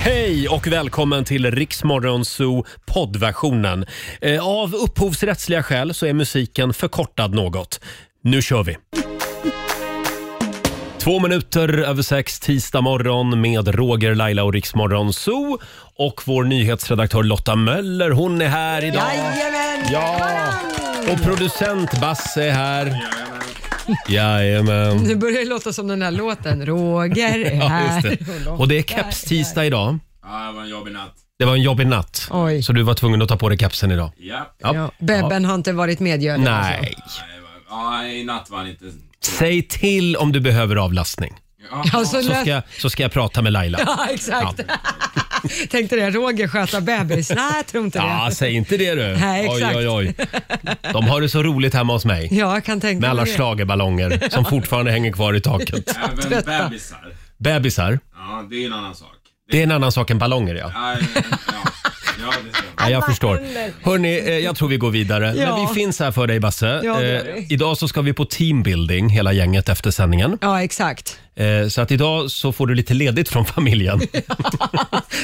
Hej och välkommen till Riksmorgon Zoo poddversionen. Eh, Av upphovsrättsliga skäl så är musiken förkortad något. Nu kör vi! Två minuter över sex tisdag morgon med Roger, Laila och Riksmorgon Zoo. Och vår nyhetsredaktör Lotta Möller, hon är här idag. Jajamän! Ja! Och producent Basse är här. Jajamän. Nu börjar det låta som den här låten. Roger är Ja, här. just det. Och det är keps-tisdag idag. Ja, det var en jobbig natt. Det var en jobbig natt, Oj. så du var tvungen att ta på dig kepsen idag. Ja. Ja. Ja, Bebben har inte varit med gör det, alltså. Nej. det var- Ja, i natt var han inte... Säg till om du behöver avlastning. Ja. Alltså, Så ska, jag- så ska jag prata med Laila. Ja, exakt. Tänkte det, Roger sköta bebis. Nej, jag tror inte Ja, det. säg inte det du. Nej, oj, exakt. oj, oj. De har det så roligt hemma hos mig. Ja, jag kan tänka Med alla mig det. schlagerballonger som fortfarande hänger kvar i taket. Även bebisar. Bebisar, Ja, det är en annan sak. Det... det är en annan sak än ballonger ja. Ja, ja, ja, det stämmer. Ja, jag Vad förstår. händer? Hörni, eh, jag tror vi går vidare. Ja. Men vi finns här för dig Basse. Ja, det gör Eh, vi. idag så ska vi på teambuilding hela gänget efter sändningen. Ja, exakt. Eh, så att idag så får du lite ledigt från familjen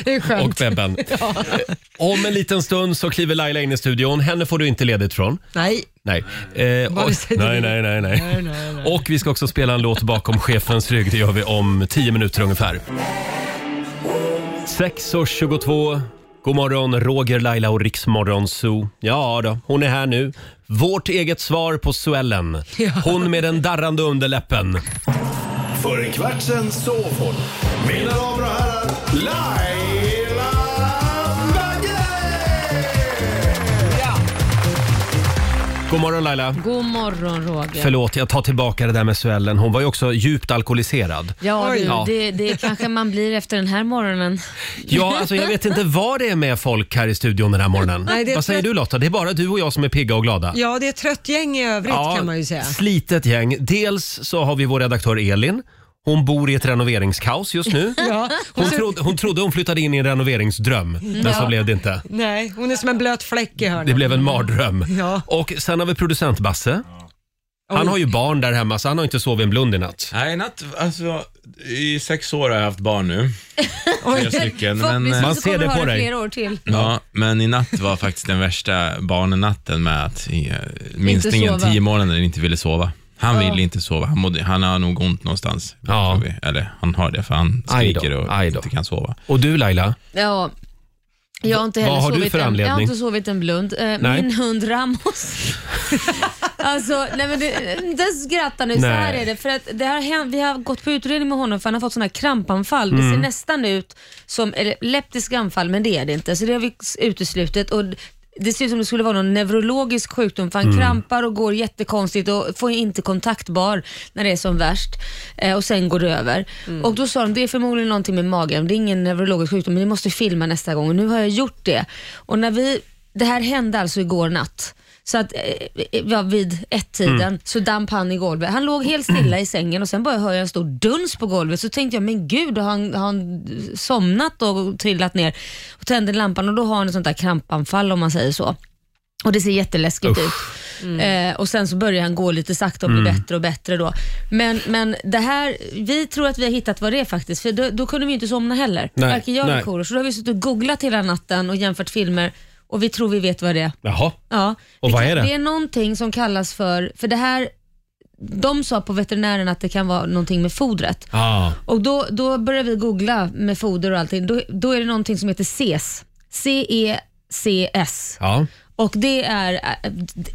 Det är och skönt. Bebben. Om en liten stund så kliver Laila in i studion. Henne får du inte ledigt från. Nej. Nej. Eh, Vad och, säger nej, du? nej, nej, nej. Nej, nej, nej. Och vi ska också spela en låt bakom chefens rygg. Det gör vi om 10 minuter ungefär. 6.22. God morgon, Roger, Laila och Riksmorgon Zoo. Ja då, hon är här nu. Vårt eget svar på Suellen. Hon med den darrande underläppen. För en kvart sen sov hon. Mina damer och herrar, Laila Bagge! God morgon Laila. God morgon Roger. Förlåt, jag tar tillbaka det där med Suellen. Hon var ju också djupt alkoholiserad. Ja, Oj. du, Ja. Det, det kanske man blir efter den här morgonen. Ja, alltså jag vet inte vad det är med folk här i studion den här morgonen. Nej, det är vad säger trött. du Lotta? Det är bara du och jag som är pigga och glada. Ja, det är ett trött gäng i övrigt kan man ju säga. slitet gäng. Dels så har vi vår redaktör Elin. Hon bor i ett renoveringskaos just nu. Ja, och Hon så, trodde, hon trodde hon flyttade in i en renoveringsdröm, men så Ja. blev det inte. nej, hon är som en blöt fläck i Det hörnet. blev en mardröm. Ja. Och sen har vi producent Basse. Han har ju barn där hemma så han har inte sovit en blund i natt. Nej, i natt, alltså, i sex år har jag haft barn nu. Tre stycken. Men, Förhoppningsvis eh, Man så ser kommer det du på ha dig. flera år till. ja, men i natt var faktiskt den värsta barnnatten med att eh, minstingen, sova. tio månader, inte ville sova. Han ville inte sova. Han, mådde, han har nog ont någonstans. Ja. tror vi. Eller han har det, för han Aj då, skriker och aj då. inte kan sova. Och du Laila? Ja. Jag har inte Vad heller har du sovit för en, Jag har anledning? inte sovit en blund. Eh, Nej. Min hund Ramos. alltså, nej men det, inte skratta nu. Så Nej. här är det. För att det har hänt, vi har gått på utredning med honom för han har fått såna här krampanfall. Det ser nästan ut som epileptiska anfall men det är det inte. Så det har vi uteslutit. Och det ser ut som det skulle vara någon neurologisk sjukdom för han krampar och går jättekonstigt och får inte kontaktbar när det är som värst. Eh, och sen går det över. Och då sa de, det är förmodligen någonting med magen, det är ingen neurologisk sjukdom men ni måste filma nästa gång. Och nu har jag gjort det. Och när vi, det här hände alltså igår natt. Så att, eh, ja, vid ett-tiden Mm. så damp han i golvet. Han låg helt stilla i sängen och sen bara hör jag en stor duns på golvet. Så tänkte jag, men gud, har han, har han somnat och trillat ner? Och tände lampan och då har han ett sånt där krampanfall om man säger så. Och det ser jätteläskigt ut. Eh, och sen så börjar han gå lite sakta och bli Mm. bättre och bättre då. Men, men det här, vi tror att vi har hittat vad det är faktiskt, för då, då kunde vi ju inte somna heller. Nej, Varken jag eller nej. Korosh. Så då har vi suttit och googlat hela natten och jämfört filmer och vi tror vi vet vad det är. Jaha. Ja. Och vad kan- är det? Det är någonting som kallas för, för det här, de sa på veterinären att det kan vara någonting med fodret. Ah. Och då, då började vi googla med foder och allting. Då, då är det någonting som heter CES. C-E-C-S. Ja. Och det är,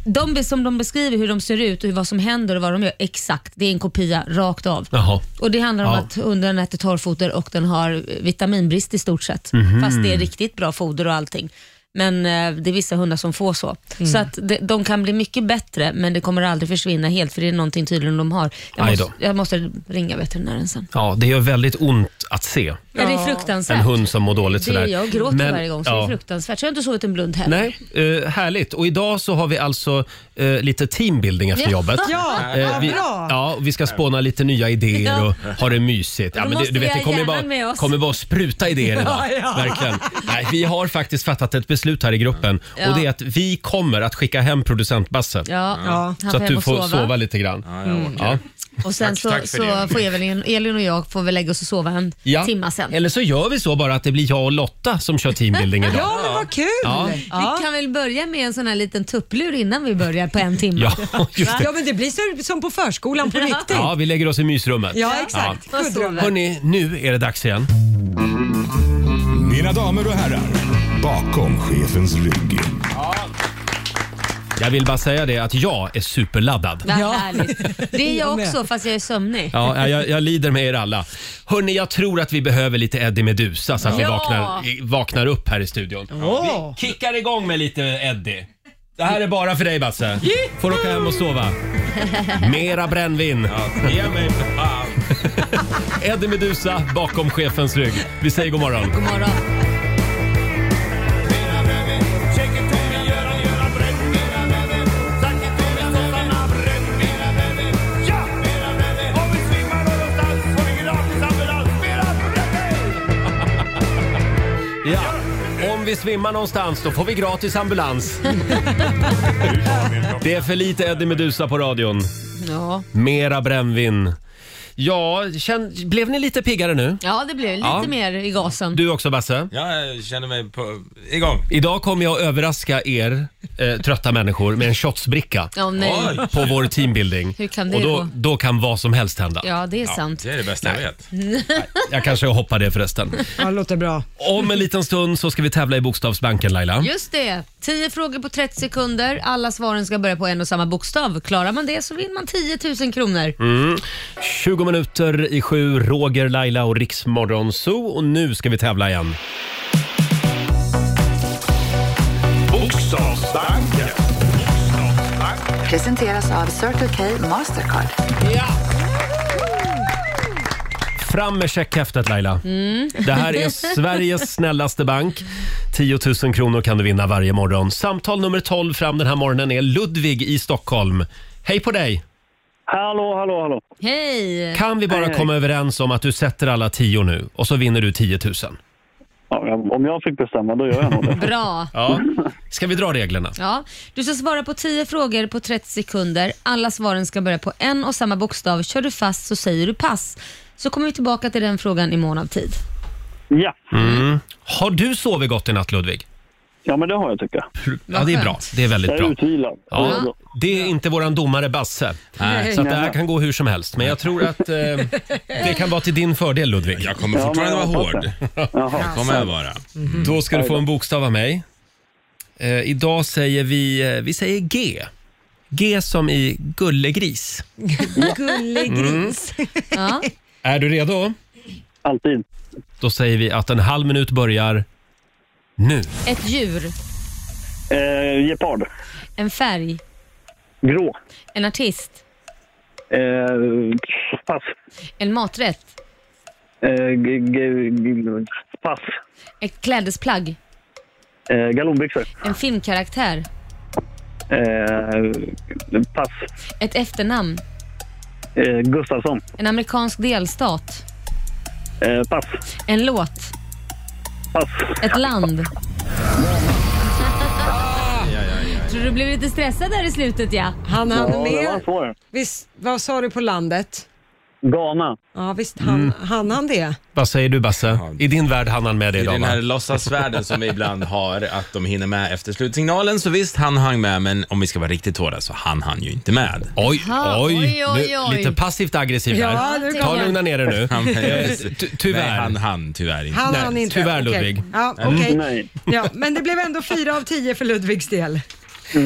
de som de beskriver hur de ser ut och hur- vad som händer och vad de gör, exakt, det är en kopia rakt av. Jaha. Och Det handlar om Ja. att hunden äter torrfoder och den har vitaminbrist i stort sett. Mhm. Fast det är riktigt bra foder och allting. Men eh, det är vissa hundar som får så. Mm. Så att de, de kan bli mycket bättre men det kommer aldrig försvinna helt för det är någonting tydligen de har. Jag, Aj då. måste, jag måste ringa veterinären sen. ja, det gör väldigt ont att se Ja, det är en fruktansvärt. hund som mår dåligt det, sådär. jag gråter Men- varje gång så det är ja. fruktansvärt. Så jag har inte sovit en blund heller. Nej, eh, härligt. Och idag så har vi alltså eh, lite teambuilding efter Ja. jobbet. Ja, Eh, vad vi, bra. ja, vi ska spåna lite nya idéer och ha det mysigt. Ja, Då det, måste vi det ha kommer ju hjärnan med bara, oss. kommer bara spruta idéer idag. Ja, ja. Verkligen. Nej, vi har faktiskt fattat ett beslut här i gruppen och Ja. det är att vi kommer att skicka hem producent Basse Ja, Ja. han så att hem du och får sova lite grann. Mm. Ja, jag orkar. Ja. Och sen Tack- så, tack för så det. får Elin, Elin och jag får väl lägga oss och sova en timma sen. Eller så gör vi så bara att det blir jag och Lotta som kör teambuilding idag. Ja, men vad kul! Ja. Ja. Vi kan väl börja med en sån här liten tupplur innan vi börjar på en timme. Ja, just det. men det blir så, som på förskolan på riktigt. Ja, Ja, vi lägger oss i mysrummet. exakt. Vad Gudrun. sover. Hörni, nu är det dags igen. Mina damer och herrar, bakom chefens rygg. Jag vill bara säga det att jag är superladdad. Vad Ja. härligt. Det är jag Jag med. också fast jag är sömnig. Ja, jag, jag lider med er alla. Hörni, jag tror att vi behöver lite Eddie Meduza så att vi Ja. vaknar, i- vaknar upp här i studion. Åh. Vi kickar igång med lite Eddie. Det här är bara för dig Basse. Får åka hem och sova. Mera brännvin. Ge mig för fan. Eddie Meduza bakom chefens rygg. Vi säger god morgon. God morgon. Ja. Om vi svimmar någonstans då får vi gratis ambulans. Det är för lite Eddie Meduza på radion. Ja. Mera brännvin. Ja, känn, blev ni lite piggare nu? ja, det blir lite Ja. mer i gasen. Du också Basse? Ja, jag känner mig på, igång. Idag kommer jag överraska er eh, trötta människor med en shotsbricka Ja, nej. Oj, på vår teambuilding. Hur kan det och då, gå? då kan vad som helst hända. Ja, det är sant. det är det bästa jag vet. Jag kanske hoppar det förresten. Ja, det låter bra. Om en liten stund så ska vi tävla i Bokstavsbanken Laila. Just det. 10 frågor på 30 sekunder. Alla svaren ska börja på en och samma bokstav. Klarar man det så vinner man 10 000 kronor. Mm. 20 minuter i sju, Roger, Laila och Riksmorgon Zoo. Och nu ska vi tävla igen. Bokstavsbanken. Presenteras av Circle K Mastercard. Fram med checkhäftet Laila. Det här är Sveriges snällaste bank. 10 000 kronor kan du vinna varje morgon. Samtal nummer 12 fram den här morgonen är Ludvig i Stockholm. Hej på dig! Hallå, hallå, hallå. Hej! Kan vi bara komma överens om att du sätter alla 10 nu och så vinner du 10 000? Ja, jag- om jag fick bestämma, då gör jag nog det. Bra. Ja. Ska vi dra reglerna? Ja, du ska svara på 10 frågor på 30 sekunder. Alla svaren ska börja på en och samma bokstav. Kör du fast så säger du pass. Så kommer vi tillbaka till den frågan i mån av tid. Ja, Har du sovit gott i natt Ludvig? Mm. ja men det har jag tycker jag. Ja, det är bra. Det är väldigt Jag är bra. utvilad. Det är Ja, bra. det är inte våran domare Basse. Nej. Så att det här kan gå hur som helst. Men jag tror att eh, det kan vara till din fördel Ludvig. Jag kommer Ja, fortfarande vara men jag hoppas hård. Jaha. Jag kommer jag vara. Då ska du få en bokstav av mig. Eh, idag säger vi, eh, vi säger G. G som i gullegris. Gullig Mm. gris. Ja. Är du redo? Alltid. Då säger vi att en halv minut börjar nu. Ett djur, Eh, gepard. en färg, Grå. en artist, Eh, pass. en maträtt, Eh, g- g- g- pass. ett klädesplagg, Eh, galonbyxor. en filmkaraktär, Eh, pass. ett efternamn, Eh, Gustafsson. en amerikansk delstat, Eh, pass. en låt, Pass. ett land. Tror du blev lite stressad där i slutet ja? Han hann Ja, det var med. svår. Visst, vad sa du på landet? Ghana. Ja, visst han, Mm. hann han det? Vad säger du Basse? I din värld hann han med det I idag den va? här låtsasvärlden som vi ibland har, att de hinner med efter slutsignalen, så visst, han hang med, men om vi ska vara riktigt hårda så han han ju inte med. Oj, Jaha, oj, oj, oj, Nu, oj. Lite passivt aggressiv Ja, här. nu Ta kommer och jag. lugna ner er nu. Han, Ty- tyvärr. Nej, han han tyvärr inte. Han Nej, hann inte. tyvärr, Okej. Ludvig. Mm. Ja, okej. Mm. Nej. ja, men det blev ändå fyra av tio för Ludvigs del.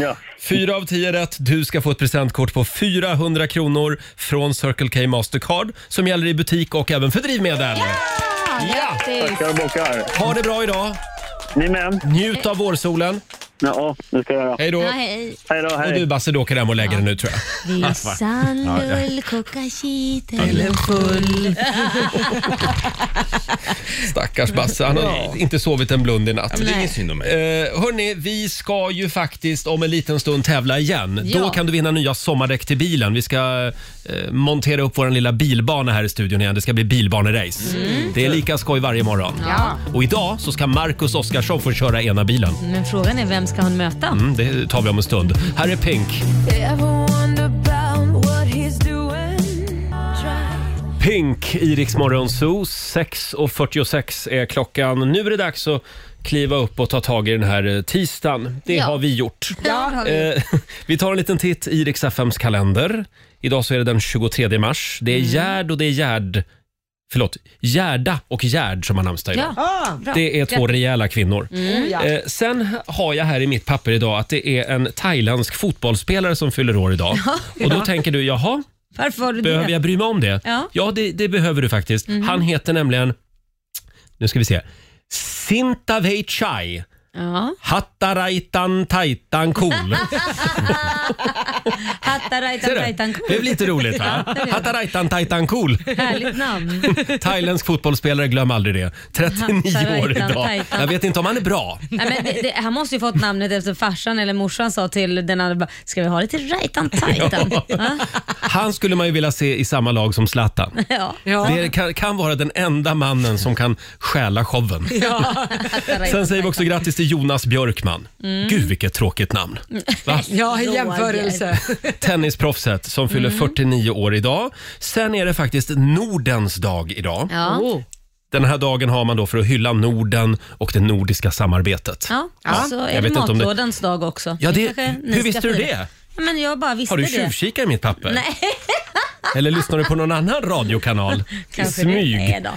Ja. Fyra av tio rätt. Du ska få ett presentkort på 400 kronor från Circle K Mastercard som gäller i butik och även för drivmedel. Ja! Grattis! Tackar och bockar. Ha det bra idag. Ni med? Njut av vårsolen. Ja, det ska jag göra. Hej då. Ja, hej. Hej då, Och hej. du Basse, du åker hem och lägger dig nu tror jag. Vissan lull kokakiteln full. Stackars Basse, han har inte sovit en blund i natt. Men det är ingen synd om mig. Eh, hörni, vi ska ju faktiskt om en liten stund tävla igen. Ja. Då kan du vinna nya sommardäck till bilen. Vi ska eh, montera upp vår lilla bilbana här i studion igen. Det ska bli bilbanerace. Mm. Det är lika skoj varje morgon. Och idag så ska Marcus Oskarsson få köra ena bilen. Men frågan är vem ska han möta? Mm, det tar vi om en stund. Här är Pink. Ever wonder about what he's doing? Pink i Rix Morgon Zoo. 6.46 är klockan. Nu är det dags att kliva upp och ta tag i den här eh, tisdagen. Det Ja. har vi gjort. Ja, det har vi. Eh, vi tar en liten titt i Rix FMs kalender. Idag så är det den 23 mars. Det är Mm. Gerd och det är Gerd... Förlåt, Gerda och Gerd som har namnsdag idag. Ja, Mm. Ah, bra. Det är två rejäla kvinnor. oh, ja. Eh, sen har jag här i mitt papper idag att det är en thailändsk fotbollsspelare som fyller år idag. Och då tänker du, jaha, Varför har du det? behöver jag bry mig om det? Ja. Mhm. det, det behöver du faktiskt. Han heter nämligen, nu ska vi se, Sintaveichai Ja. Hattaraitan Taitan Cool. Hattarajtan Ser du? tajtan Det blev lite roligt va? Hattaraitan Taitan Cool. Härligt namn. Thailändsk fotbollsspelare, glöm aldrig det. 39 år Hattaraitan idag. Taitan. Jag vet inte om han är bra. Nej, men det, det, han måste ju fått namnet efter farsan eller morsan sa till den andra, bara, ska vi ha lite rajtan tajtan? Ja. Han skulle man ju vilja se i samma lag som Zlatan. Ja. Ja. Det kan, kan vara den enda mannen som kan stjäla showen. Sen säger vi också grattis till Jonas Björkman. Mm. Gud vilket tråkigt namn. Va? ja, i jämförelse. Tennisproffset som fyller Mm. 49 år idag. Sen är det faktiskt Nordens dag idag. Ja. Oh. Den här dagen har man då för att hylla Norden och det nordiska samarbetet. Ja, och så jag vet är det inte om det- matlådans dag också. Ja, det, Kanske ni hur ska visste du fira. det? Ja, Men jag bara visste Har du det. tjuvkikat i mitt papper? Nej. Eller lyssnar du på någon annan radiokanal? Kanske Smyg. Det, är då. det vet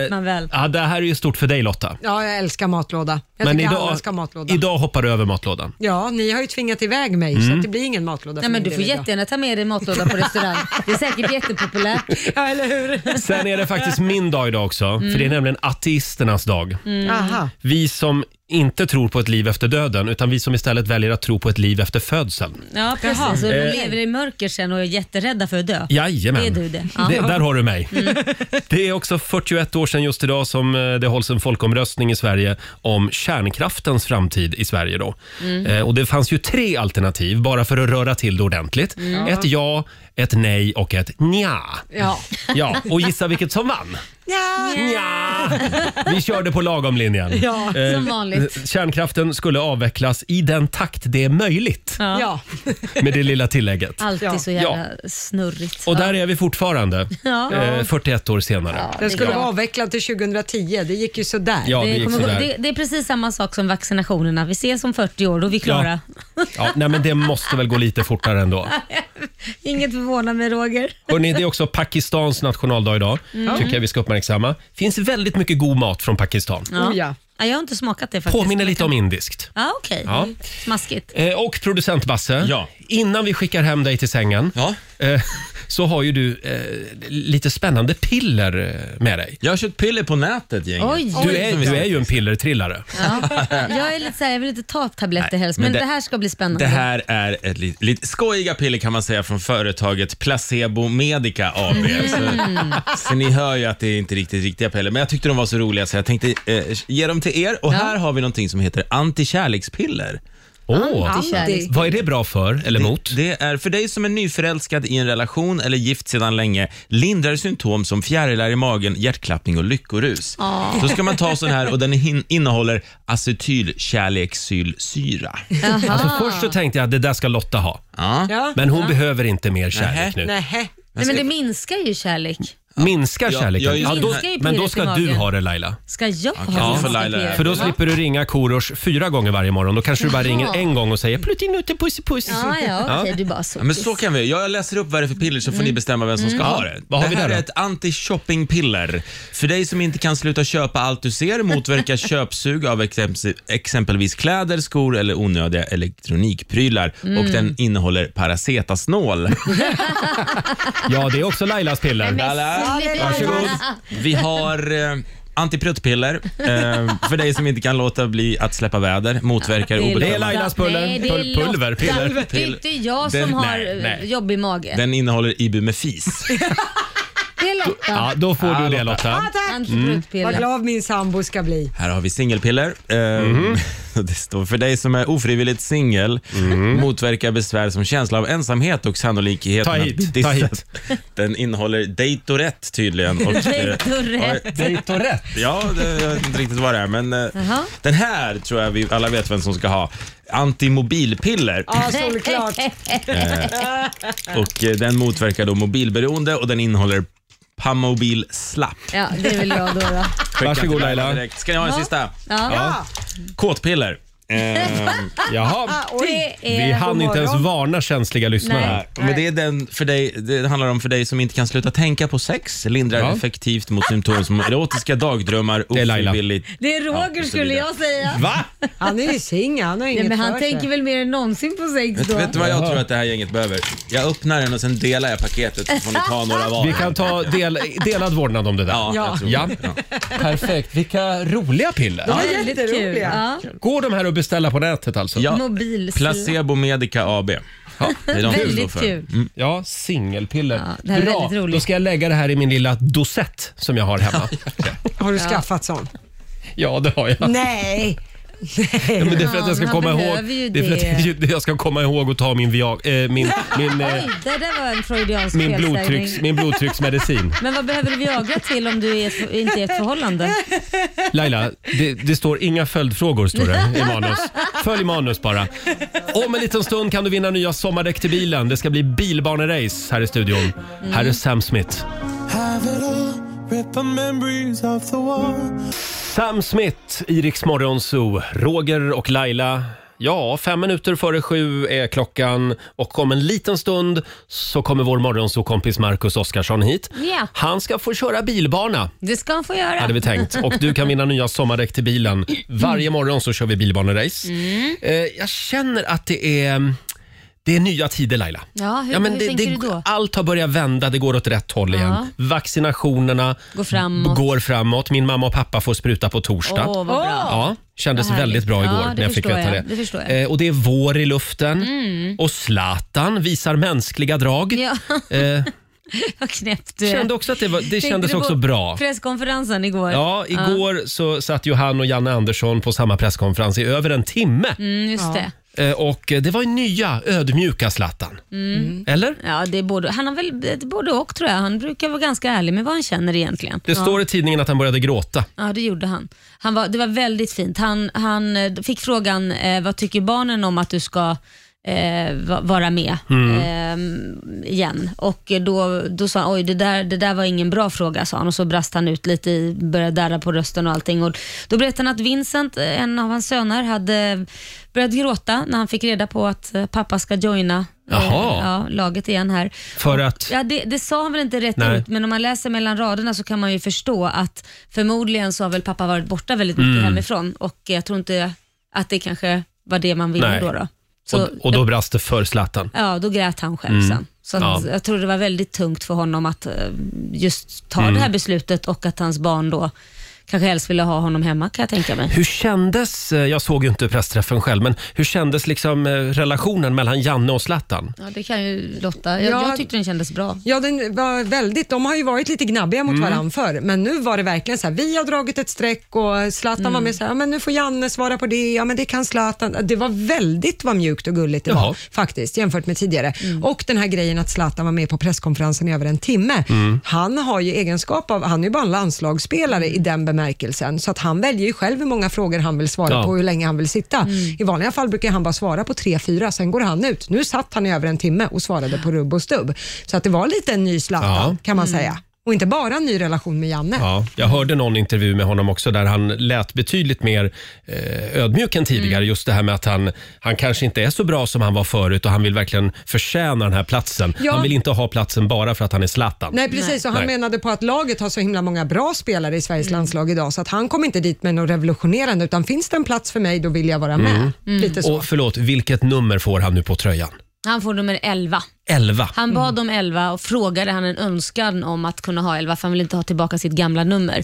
Eh, man väl. Ja, det här är ju stort för dig Lotta. Ja, jag älskar matlåda. Jag Men tycker idag, alla ska ha matlåda. idag Mm. hoppar du över matlådan. Ja, ni har ju tvingat iväg mig så att det blir ingen matlåda Nej, för men min du del får idag. jättegärna ta med dig matlåda på restaurang. Det är säkert jättepopulärt. Ja, eller hur? Sen är det faktiskt min dag idag också, för det Mm. är nämligen ateisternas dag. Aha. Vi som inte tror på ett liv efter döden, utan vi som istället väljer att tro på ett liv efter födseln. Ja, precis. Och Alltså, Eh, de lever i mörker sen och är jätterädda för att dö. Jajamän. Det är du det. Ja. Mm. Där har du mig. Det är också 41 år sedan just idag som eh, det hålls en folkomröstning i Sverige om kärnkraftens framtid i Sverige. Då. Mm. Eh, Och det fanns ju tre alternativ bara för att röra till det ordentligt. Mm. Ett ja, ett nej och ett nja. Ja. Ja, och gissa vilket som vann? Ja. Ja. Vi körde på lagomlinjen. Ja. Eh, Som vanligt. eh, Kärnkraften skulle avvecklas i den takt det är möjligt, Ja. Ja. med det lilla tillägget. Alltid Ja. så jävla snurrigt. Och där är vi fortfarande, Ja. eh, 41 år senare. Ja, Den skulle det är vara klart. avvecklad till 2010. Det gick ju sådär. Ja, det det, gick kommer gå, sådär. det, det är precis samma sak som vaccinationerna. Vi ses om 40 år, då är vi klara. Ja, nej, men det måste väl gå lite fortare ändå. Inget förvånar mig Roger. Hörrni, det är också Pakistans nationaldag idag. Mm. tycker jag vi ska uppmärksamma. finns väldigt mycket god mat från Pakistan. Oh, ja. Ja, jag har inte smakat det faktiskt. Påminner lite om indiskt. Ja, okej. Ja. Smaskigt. Eh, Och producent Basse, Ja. innan vi skickar hem dig till sängen Ja. eh, så har ju du eh, lite spännande piller eh, med dig. Jag har köpt piller på nätet gänget. Oj. Du är, du är ju en pillertrillare. Ja. Jag är lite så här, jag vill inte ta tabletter helst, men men, det- det, här ska bli spännande. Det här är ett lite, lite skojiga piller kan man säga från företaget Placebo Medica AB. Så, så ni hör ju att det är inte riktigt riktiga piller, men jag tyckte de var så roliga så jag tänkte eh, ge dem till er. Och här har vi någonting som heter antikärlekspiller. Åh, Antikärleks- vad är det bra för eller mot? Det är för dig som är nyförälskad i en relation eller gift sedan länge, lindrar symptom som fjärilar i magen, hjärtklappning och lyckorus. Då ska man ta sån här och den hin- innehåller acetylkärleksylsyra. Alltså, först Ah. så tänkte jag att det där ska Lotta ha, Ja. Ja. men hon behöver inte mer kärlek nu. Nähä. Nej, men det minskar ju kärlek. Minskar Ja, kärleken? jag är ju- Ja, då, Minskar ju men då pillret i ska magen. du ha det Laila. Ska jag då ha får minskad Laila PR? det. För då slipper du ringa Korosh fyra gånger varje morgon. Då kanske du bara ringer en gång och säger pluttinutte puss puss. Ja, ja, okej, du är bara Ja, men så kan vi. Jag läser upp vad det är för piller så får ni bestämma vem som ska ha det. Vad har det vi här där är då? ett anti-shoppingpiller. För dig som inte kan sluta köpa allt du ser, motverka köpsug av exemp- exempelvis kläder, skor eller onödiga elektronikprylar. Och den innehåller paracetasnol. Ja, det är också Lailas piller. Alla. Varsågod. Vi har eh, antipruttpiller eh, för dig som inte kan låta bli att släppa väder, motverkar Det är Det är obekväma... Lailas pulver. Nej, det är Pul- pulver. Piller. Det är inte jag Den- som har nej, eh, nej. jobbig mage. Den innehåller Ibumefis. Det är Lotta. Ja, då får du det Lotta. Ah, tack! Antiproutpiller. Vad glad min sambo ska bli. Här har vi singelpiller. Ehm, Mhm. Det står för dig som är ofrivilligt singel, motverkar besvär som känsla av ensamhet och sannolikheten Mhm. Ta att hit, bli ta dissad. hit. Den innehåller Dejtorett tydligen. Och, eh, Dejtorett. Dejtorett. ja, det, jag vet inte riktigt vad det är, men eh, Jaha. den här tror jag vi alla vet vem som ska ha. Antimobilpiller. Ja, solklart. Och eh, den motverkar då mobilberoende och den innehåller Pamobil slapp. Ja, det vill jag då. då. Skicka Varsågod, till Laila. direkt. Ska ni ha en sista? Ja. Kåtpiller. Ehm, Jaha. Det är Vi hann inte ens varna känsliga lyssnare. eh, Nej. här. Men det är den för dig, det handlar om för dig som inte kan sluta tänka på sex, lindrar Ja. effektivt mot symptom som erotiska dagdrömmar, är Laila. ofrivilligt... Det är Ja, Roger och så skulle vidare. jag säga. Va? Han är ju singel, han har inget Nej, men för han sig. tänker väl mer än någonsin på sex Vet, då. vet du vad jag tror att det här gänget behöver? Jag öppnar den och sen delar jag paketet så får ni ta några var. Vi kan ta del, delad vårdnad om det där. Ja, Ja. jag tror Ja. det. Ja. Perfekt. Vilka roliga piller. De är Väldigt kul. jätteroliga. Ja. Går de här att beställa på nätet alltså? Ja. Mobil. Placebo Medica AB. Det är de som står Väldigt för. kul. Ja, singelpiller. Ja, det här är Bra, väldigt roligt. då ska jag lägga det här i min lilla dosett som jag har hemma. Har du skaffat sån? ja, det har jag. Nej. Nej. Men det är för att Ja, jag ska men han komma ihåg behöver ju det är för att jag- jag ska komma ihåg att ta min Viag- eh, min, min, eh, Oj, det där var en freudiansk min, felsägning. blodtrycks, min blodtrycksmedicin. Men vad behöver du Viagra till om du är, inte är i ett förhållande? Laila, det, det står inga följdfrågor står det i manus. Följ manus bara. Om en liten stund kan du vinna nya sommardäck till bilen. Det ska bli bilbanerace här i studion. Här är Sam Smith. Sam Smith, Iriks morgonzoo. Roger och Laila. Ja, fem minuter före sju är klockan och om en liten stund så kommer vår morgonzoo-kompis Marcus Oskarsson hit. Ja. Han ska få köra bilbana Det ska han få göra. hade vi tänkt. Och du kan vinna nya sommardäck till bilen. Varje morgon så kör vi bilbanerace. Mm. Eh, jag känner att det är, det är nya tider Laila. Ja, hur- hur det, tänker det, du då? Allt har börjat vända, det går åt rätt håll igen. Vaccinationerna Gå framåt. går framåt. Min mamma och pappa får spruta på torsdag. Åh, vad bra. Ja, kändes Vad härligt. väldigt bra Ja, igår det när jag fick förstår veta jag. det. Det förstår jag. Mm. Eh, och det är vår i luften och Zlatan visar mänskliga drag. Ja, Eh, vad knäppt du är. kände också att det, var, det Tänkte kändes du på också bra. Presskonferensen igår. Ja, igår så satt Johan och Janne Andersson på samma presskonferens i över en timme. Mm, just det. Eh, Och eh, det var ju nya ödmjuka Zlatan. Mm. Eller? Ja, det är både, han har väl det är både och tror jag. Han brukar vara ganska ärlig med vad han känner egentligen. Det står i tidningen att han började gråta. Ja, det gjorde han. han var, det var väldigt fint. Han, han eh, fick frågan, eh, vad tycker barnen om att du ska eh, va- vara med eh, igen? Och då, då sa han, oj det där, det där var ingen bra fråga, sa han och så brast han ut lite, i, började darra på rösten och allting. Och då berättade han att Vincent, eh, en av hans söner, hade börjat gråta när han fick reda på att eh, pappa ska joina eh, Jaha. ja, laget igen här. För att... Ja, det, det sa han väl inte rätt Nej. ut, men om man läser mellan raderna så kan man ju förstå att förmodligen så har väl pappa varit borta väldigt Mm. mycket hemifrån och jag tror inte att det kanske var det man ville Nej. då. då. Så, Och, och då brast det för Zlatan. Ja, då grät han själv sen. Så att, Ja. jag tror det var väldigt tungt för honom att eh, just Mm. ta det här beslutet och att hans barn då kanske helst ville ha honom hemma kan jag tänka mig. Hur kändes, eh, jag såg ju inte pressträffen själv, men hur kändes liksom eh, relationen mellan Janne och Zlatan? Ja, det kan ju Lotta. Jag, Ja. jag tyckte den kändes bra. Ja, den var väldigt, de har ju varit lite gnabbiga mot Mm. varandra förr, men nu var det verkligen så här, vi har dragit ett streck och Zlatan Mm. var med så här, ja, men nu får Janne svara på det, ja men det kan Zlatan. Det var väldigt vad mjukt och gulligt det Jaha. var faktiskt jämfört med tidigare. Mm. Och den här grejen att Zlatan var med på presskonferensen i över en timme. Mm. Han har ju egenskap av, han är ju bara en landslagsspelare i den bemärkelsen, så att han väljer ju själv hur många frågor han vill svara Ja. Mm. på och hur länge han vill sitta. I vanliga fall brukar han bara svara på tre, fyra, sen går han ut. Nu satt han i över en timme och svarade på rubb och stubb. Så att det var lite en ny Zlatan Ja. Mm. kan man säga. Och inte bara en ny relation med Janne. Ja, jag hörde någon intervju med honom också där han lät betydligt mer eh, ödmjuk än tidigare. Mm. Just det här med att han, han kanske inte är så bra som han var förut och han vill verkligen förtjäna den här platsen. Ja. Han vill inte ha platsen bara för att han är Zlatan. Nej precis, och han Nej. menade på att laget har så himla många bra spelare i Sveriges Mm. landslag idag så att han kom inte dit med något revolutionerande utan finns det en plats för mig då vill jag vara med. Lite så. Mm. Och förlåt, vilket nummer får han nu på tröjan? Han får nummer 11. 11. Han bad Mm. om 11 och frågade han en önskan om att kunna ha 11 för han ville inte ha tillbaka sitt gamla nummer.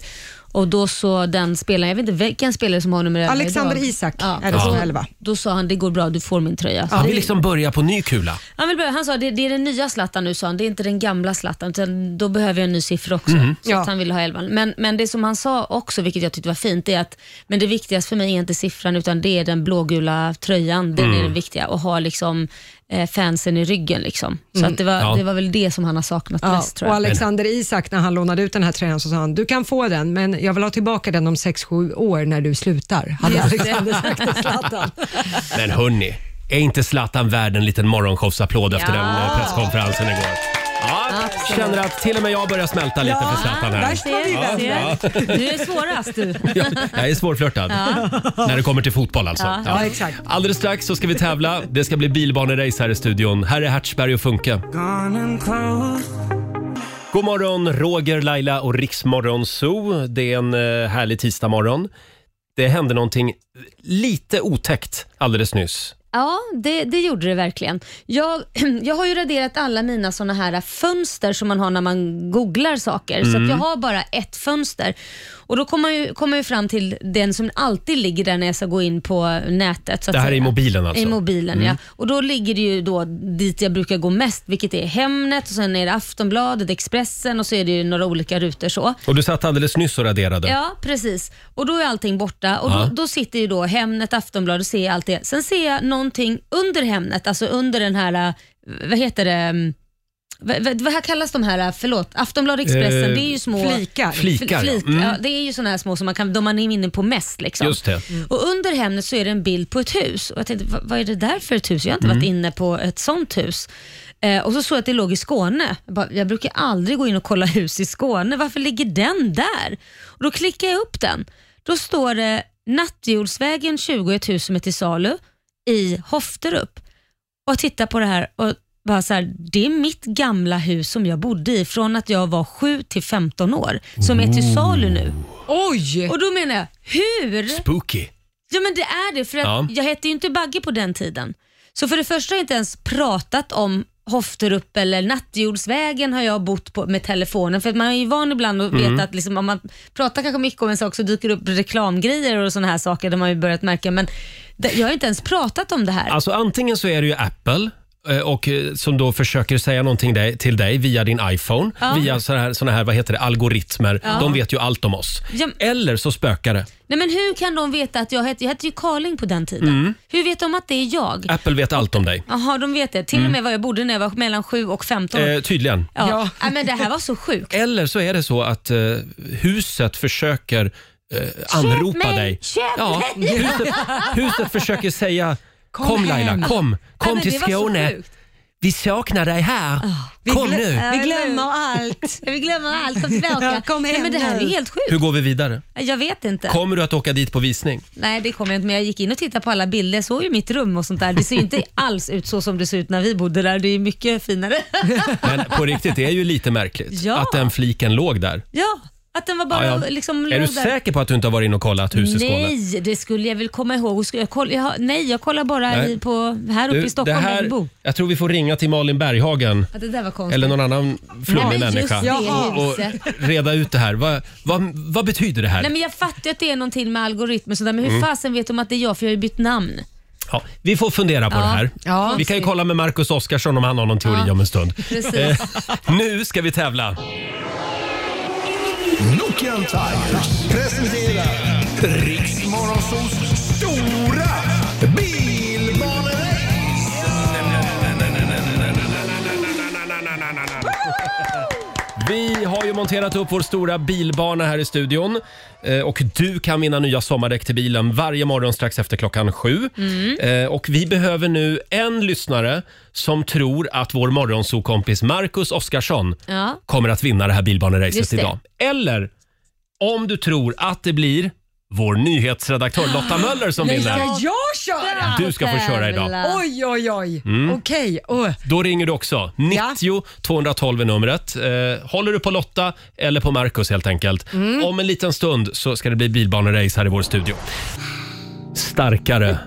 Och då så den spelaren, jag vet inte vilken spelare som har nummer 11 Alexander idag. Isak Ja. är det som Då- är elva. Då sa han, det går bra, du får min tröja. Så Han det- vill liksom börja på ny kula. han, vill börja, han sa, det, det är den nya Zlatan nu, sa han. det är inte den gamla Zlatan, utan då behöver jag en ny siffra också. Så Ja. att han ville ha 11. Men, men det som han sa också, vilket jag tyckte var fint, det är att men det viktigaste för mig är inte siffran, utan det är den blågula tröjan. Den är den viktiga och ha liksom, eh, fansen i ryggen. Liksom. Så att det, var, Ja. det var väl det som han har saknat Ja, mest tror och jag. Alexander Isak när han lånade ut den här tröjan så sa han, du kan få den men jag vill ha tillbaka den om 6-7 år när du slutar. Hade Alexander sagt till Zlatan. Men hörni, är inte Zlatan värd en liten morgonshowsapplåd efter Ja. den eh, presskonferensen igår? Ja, känner att till och med jag börjar smälta lite för Zlatan här. värst var vi Ja, vänner. ja. Du är svårast du. Ja, jag är svårflörtad. När det kommer till fotboll alltså. Ja. Ja, exakt. Alldeles strax så ska vi tävla. Det ska bli bilbanerace här i studion. Här är Hertzberg och Funke. God morgon, Roger, Laila och Riksmorgon Zoo. Det är en eh, härlig tisdagmorgon. Det hände någonting lite otäckt alldeles nyss. Ja, det, det gjorde det verkligen. Jag, jag har ju raderat alla mina såna här fönster som man har när man googlar saker. Så Mm. att jag har bara ett fönster. Och Då kommer jag ju, kommer jag ju fram till den som alltid ligger där när jag ska gå in på nätet. Så att Det här är i säga. mobilen alltså. I mobilen ja. Och då ligger det ju då dit jag brukar gå mest, vilket är Hemnet, och sen är det Aftonbladet, Expressen och så är det ju några olika rutor så. Och du satt alldeles nyss och raderade. Ja, precis. Och då är allting borta och Ja. då, då sitter ju då Hemnet, Aftonbladet, ser jag allt det. Sen ser jag någonting under Hemnet, alltså under den här, äh, vad heter det, mm, vad, vad, vad här kallas de här, äh, förlåt, Aftonbladet, Expressen, Eh, det är ju små Flikar. Flikar, Fl- ja. Mm. flik, ja. Det är ju såna här små som man kan, de man är inne på mest. Liksom. Just det. Och under Hemnet så är det en bild på ett hus. Och jag tänkte, vad, vad är det där för ett hus? Jag har inte varit inne på ett sånt hus. Eh, och så såg jag att det låg i Skåne. Jag, bara, jag brukar aldrig gå in och kolla hus i Skåne. Varför ligger den där? Och då klickar jag upp den. Då står det Natthjulsvägen 20 ett hus som är till salu i Hofterup. Och jag tittar på det här och bara så här, det är mitt gamla hus som jag bodde i från att jag var 7 till 15 år, som är till salu nu. Oj! Och då menar jag, hur? Spooky. Ja men det är det, för att Ja. jag hette ju inte Bagge på den tiden. Så för det första har jag inte ens pratat om Hofterup eller Nattjordsvägen har jag bott på med telefonen. För att man är ju van ibland att veta Mm. att liksom, om man pratar kanske mycket om en sak så dyker det upp reklamgrejer och sådana här saker, det har man ju börjat märka. Men det, jag har inte ens pratat om det här. Alltså antingen så är det ju Apple eh, och eh, som då försöker säga någonting dig- till dig via din iPhone, Ja. via såna här, såna här vad heter det, algoritmer. De vet ju allt om oss. Ja. Eller så spökar det. Nej men hur kan de veta att jag hette, jag hette ju Karling på den tiden. Mm. Hur vet de att det är jag? Apple vet allt om dig. Jaha, de vet det. Till och med var jag bodde när jag var mellan 7 och 15 år. Mm. Eh, tydligen. ja. Ja. Nej, men det här var så sjukt. Eller så är det så att eh, huset försöker eh, anropa mig, dig. köp ja, mig. huset, huset försöker säga Kom, Kom Laila, hem." kom. Kom men till det var så Skåne. sjukt. Ah, Vi saknar dig här. Kom glö- Äh. nu. Vi glömmer allt. Vi glömmer allt, kom tillbaka. Ja, kom hem Nej, men det här är nu. ju helt sjukt. Hur går vi vidare? Jag vet inte. Kommer du att åka dit på visning? Nej, det kommer jag inte. Men jag gick in och tittade på alla bilder. Jag såg ju mitt rum och sånt där. Det ser ju inte alls ut så som det ser ut när vi bodde där. Det är ju mycket finare. Men på riktigt, det är ju lite märkligt Ja. att den fliken låg där. ja, att den var bara Ja, ja. liksom... är du låg där. säker på att du inte har varit inne och kollat hus i Skåne? Nej, det skulle jag väl komma ihåg. Och skulle Jag kolla, jag, har- nej, jag kollar bara Nej. I, på, här uppe Du, i Stockholm det där vi bor. här, jag tror vi får ringa till Malin Berghagen Ja, det där var konstigt. eller någon annan flummig nej, men just människa det Jaha. och huset. reda ut det här. Vad, vad, vad betyder det här? Nej, men jag fattar ju att det är någonting med algoritmer och sådär, men hur Mm. fasen vet de att det är jag? För jag har ju bytt namn. Ja, vi får fundera på Ja. det här. Ja. Vi kan ju kolla med Marcus Oskarsson om han har någon teori Ja. om en stund. Precis. Eh, nu ska vi tävla. Nokian Tigers presenterar Riksmorgonsols stora bilbanerace. Vi har ju monterat upp vår stora bilbana här i studion. Eh, Och du kan vinna nya sommardäck till bilen varje morgon strax efter klockan sju. Mm. Eh, Och vi behöver nu en lyssnare som tror att vår morgonsokompis Marcus Oskarsson Ja. kommer att vinna det här Just bilbaneracet det. idag. Eller om du tror att det blir vår nyhetsredaktör Lotta Möller som vinner. Ska jag köra? Du ska få köra idag. Tävla. Oj, oj, oj. Mm. Okej. åh. Då ringer du också. 90 212 är numret. Eh, håller du på Lotta eller på Marcus helt enkelt. Om en liten stund så ska det bli bilbanerace här i vår studio. Starkare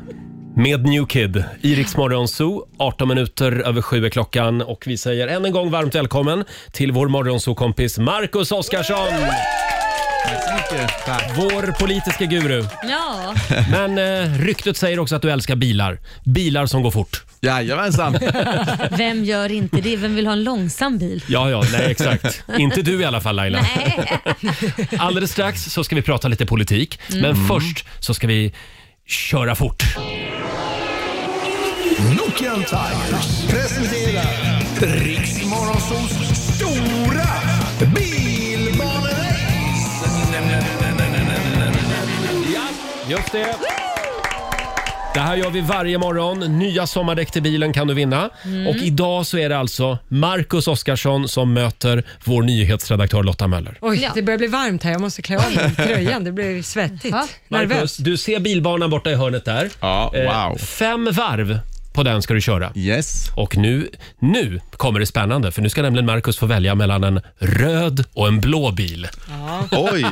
med New Kid i Rix Morgon Zoo. 18 minuter över sju är klockan och vi säger än en gång varmt välkommen till vår morgonzoo-kompis Marcus Oskarsson. Vår politiska guru. Ja. Men eh, ryktet säger också att du älskar bilar. Bilar som går fort. Jajamensan. Vem gör inte det? Vem vill ha en långsam bil? Ja, ja, nej exakt. Inte du i alla fall Laila. Nej. Alldeles strax så ska vi prata lite politik, Mm. men först så ska vi köra fort. Nokian Tigers presenterar Riksmorgonsols stora bilbanerace. Just det. Det här gör vi varje morgon. Nya sommardäck till bilen kan du vinna. Mm. Och idag så är det alltså Marcus Oskarsson som möter vår nyhetsredaktör Lotta Möller. Oj, Ja. det börjar bli varmt här. Jag måste klä av mig tröjan. Det blir svettigt. Ja. Marcus, Nervös. du ser bilbanan borta i hörnet där. Ja, Eh, wow. Fem varv på den ska du köra. Yes. Och nu, nu kommer det spännande för nu ska nämligen Marcus få välja mellan en röd och en blå bil. Oj,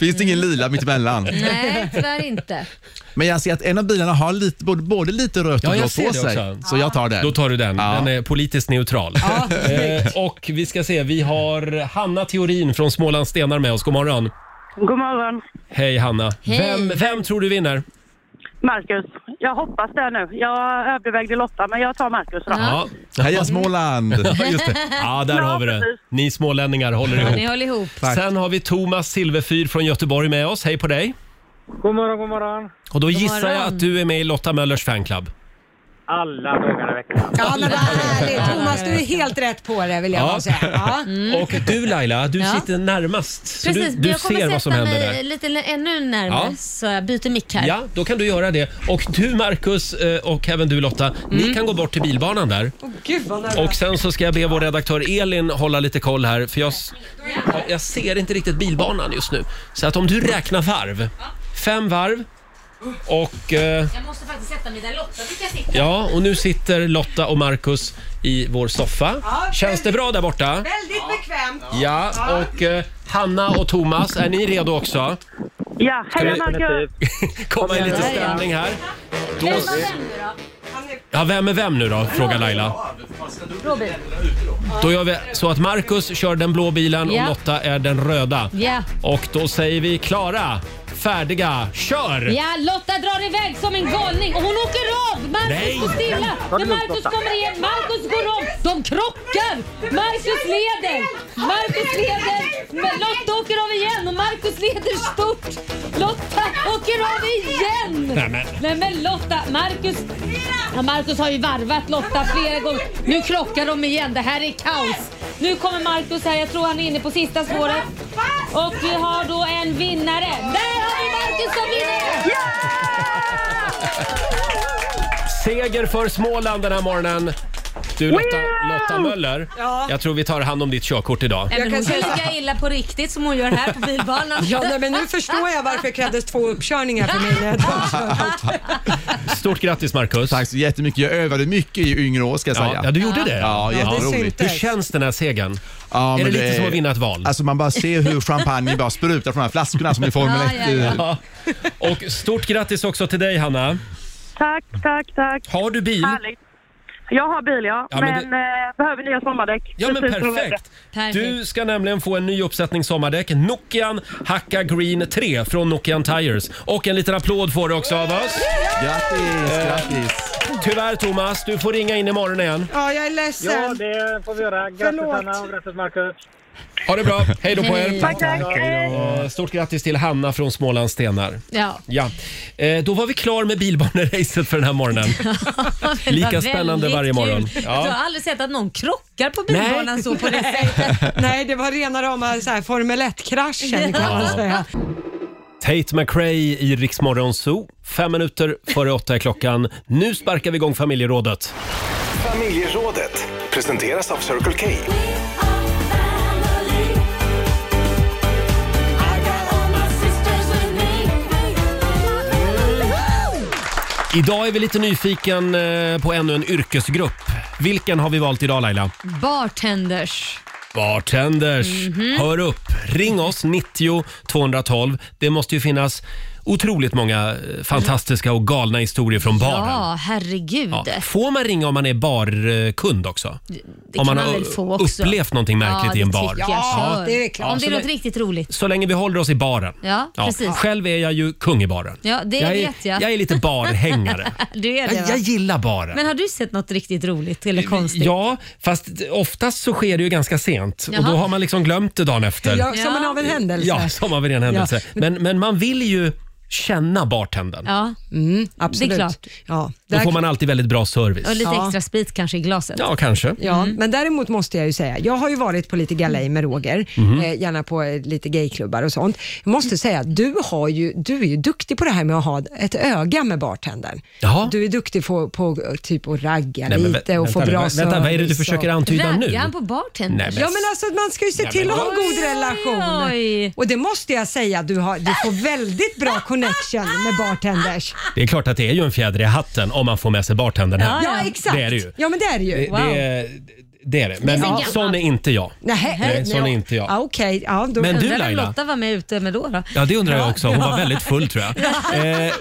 finns det ingen lila mittemellan? Nej, tyvärr inte. Men jag ser att en av bilarna har lite, både, både lite rött Ja, och jag blått ser på det sig. också. Så jag tar den. Då tar du den. Ja. Den är politiskt neutral. eh, och vi ska se, vi har Hanna Theorin från Småland Stenar med oss. God morgon. God morgon, Hej Hanna. Vem, vem tror du vinner? Marcus. Jag hoppas det nu. Jag övervägde Lotta, men jag tar Marcus då. Ja, Heja Småland! ja just det. Ja, där Ja, har vi det. precis. Ni smålänningar håller Ja, ihop. ni håller ihop. Sen har vi Thomas Silverfyr från Göteborg med oss. Hej på dig. God morgon, god morgon. Och då gissar jag morgon. att du är med i Lotta Möllers fanclub. Alla dagarna i veckan. Ja, men vad härligt. Thomas, du är helt rätt på det vill jag Ja. bara säga. Ja. Och du Laila, du Mm. Ja. sitter närmast. Så Precis, du du jag kommer ser vad som sätta händer mig där. lite ännu närmare Ja. så jag byter mick här. Ja, då kan du göra det. Och du Marcus eh, och även du Lotta, Mm. ni kan gå bort till bilbanan där. Åh, Gud vad nervös. Och sen så ska jag be vår redaktör Elin hålla lite koll här för jag, s- ja, jag ser inte riktigt bilbanan just nu. Så att om du räknar varv, fem varv och eh, Jag måste faktiskt sätta mig där Lotta brukar sitta. ja, och nu sitter Lotta och Marcus i vår soffa. Känns det bra där borta? Väldigt bekvämt. Ja, och eh, Hanna och Thomas, är ni redo också? Ja, heja vi- Marcus. Komma i lite stämning här. Vem var vem nu då? Ja, vem är vem nu då? Frågar Laila. Robin? Då gör vi så att Marcus kör den blå bilen Ja. och Lotta är den röda. Ja. Och då säger vi klara, färdiga, kör! Ja, Lotta drar iväg som en galning och hon åker av! Nej. Marcus går stilla, men Marcus kommer igen, Marcus går om, de krockar! Marcus leder, Marcus leder, men Lotta åker av igen och Marcus leder stort. Lotta åker av igen! Nej, men- Nej men Lotta, Marcus, ja, Marcus har ju varvat Lotta flera gånger. Nu krockar de igen, det här är kaos. Nu kommer Marcus här, jag tror han är inne på sista spåret. Och vi har då en vinnare. Där har vi Marcus som vinner! Seger för Småland den här morgonen. Du Lotta, Lotta Möller, Ja. jag tror vi tar hand om ditt körkort idag. Jag men kan hon säga kan lika illa på riktigt som hon gör här på bilbanan. Ja, nej, men nu förstår jag varför det krävdes två uppkörningar för mig när jag drog körkort. Stort grattis Marcus. Tack så jättemycket. Jag övade mycket i yngre år ska jag Ja, säga. ja, du gjorde det? Ja, jätteroligt. syntes. Hur känns den här segern? Ja, är det men lite som att vinna ett val? Alltså man bara ser hur champagne bara sprutar från de här flaskorna som i Formel Ja, 1. ja, ja. Ja. Och stort grattis också till dig Hanna. Tack, tack, tack. Har du bil? Härligt. Jag har bil ja, Ja, men men, eh, behöver nya sommardäck. Ja men Precis som jag perfekt. Perfekt. Du ska nämligen få en ny uppsättning sommardäck. Nokian Hakka Green 3 från Nokian Tires. Och en liten applåd får du också av oss. Grattis, grattis. Tyvärr Thomas, du får ringa in imorgon igen. Ja, jag är ledsen. Ja, det får vi göra. Grattis Förlåt. Anna och grattis Marcus. Ha det bra, hej då på er. Tack, tack. Hej. Och Stort grattis till Hanna från Småland Stenar. Ja. Ja, eh, då var vi klar med bilbaneracet för den här morgonen. Det Lika var väldigt spännande varje kul. morgon. Ja. Jag har aldrig sett att någon krockar på bilbanan Nej. så på det sättet. Nej, det var rena rama så här, Formel 1-kraschen kan man säga. Tate McRae i Rix Morgon Zoo. Fem minuter före åtta är klockan. Nu sparkar vi igång familjerådet. Familjerådet presenteras av Circle K. Idag är vi lite nyfiken eh, på ännu en yrkesgrupp. Vilken har vi valt idag Laila? Bartenders. Bartenders. Mhm. Hör upp! Ring oss, 90 212. Det måste ju finnas otroligt många eh, fantastiska och galna historier från baren. Ja, herregud. Ja. Får man ringa om man är barkund också? om man kan man har väl få också. upplevt någonting märkligt ja, i en det bar. tycker Jag. Ja, Kör. det är klart. Om det är Ja, något så det- riktigt roligt. Så länge vi håller oss i baren. Ja, precis. Själv är jag ju kung i baren. Ja, det jag är, vet jag. Jag är lite barhängare. Du är det jag, jag va? gillar baren. Men har du sett något riktigt roligt eller konstigt? Ja, fast oftast så sker det ju ganska sent och då Jaha. har man liksom glömt det dagen efter. Ja, som en Ja. av en händelse. Ja, som av en ren händelse. Men, men man vill ju känna bartendern. Ja. Absolut. Det är klart. Ja. Då Där- får man alltid väldigt bra service. Och lite Ja. extra sprit kanske i glaset. Ja, kanske. Ja, men däremot måste jag ju säga, jag har ju varit på lite galej med Roger, Mm. eh, gärna på eh, lite gayklubbar och sånt. Jag måste säga, du, har ju, du är ju duktig på det här med att ha ett öga med bartendern. Jaha. Du är duktig på, på eh, typ att ragga Nej, men vä- lite och få vänta, bra vä- Vänta, vad är det du service försöker och... antyda typ nu? Raggar han på bartenders? Nej, men- Ja men alltså man ska ju se Ja, till men att ha en oj, god oj, relation. oj. Och det måste jag säga, du, har, du får väldigt bra connection med bartenders. Det är klart att det är ju en fjäder i hatten om man får med sig bartendern hem. Ja exakt. Det är det ju. Ja men det är det ju. Det, det, det är det. Men Ja. sån är inte jag. Nej, Nej, sån är nej. inte jag. Ja, Okej, ja, då... Men du- Undrar vem Laila? Lotta var med ute med då? då? Ja, det undrar jag också. Hon var väldigt full tror jag. Eh,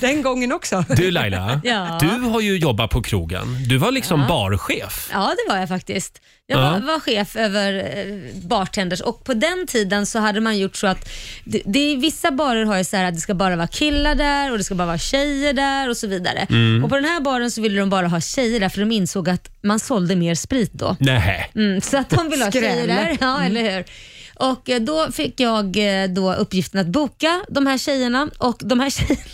den gången också. du Laila, Ja. du har ju jobbat på krogen. Du var liksom barchef. Ja, det var jag faktiskt. Jag Ja. var, var chef över eh, bartenders och på den tiden så hade man gjort så att det, det är vissa barer har ju så här att det ska bara vara killar där och det ska bara vara tjejer där och så vidare. Och på den här baren så ville de bara ha tjejer där för de insåg att man sålde mer sprit då. Nej. Mm, så att de vill ha Skräll. tjejer där. Ja, eller hur? Och eh, då fick jag eh, då uppgiften att boka de här tjejerna och de här tjejerna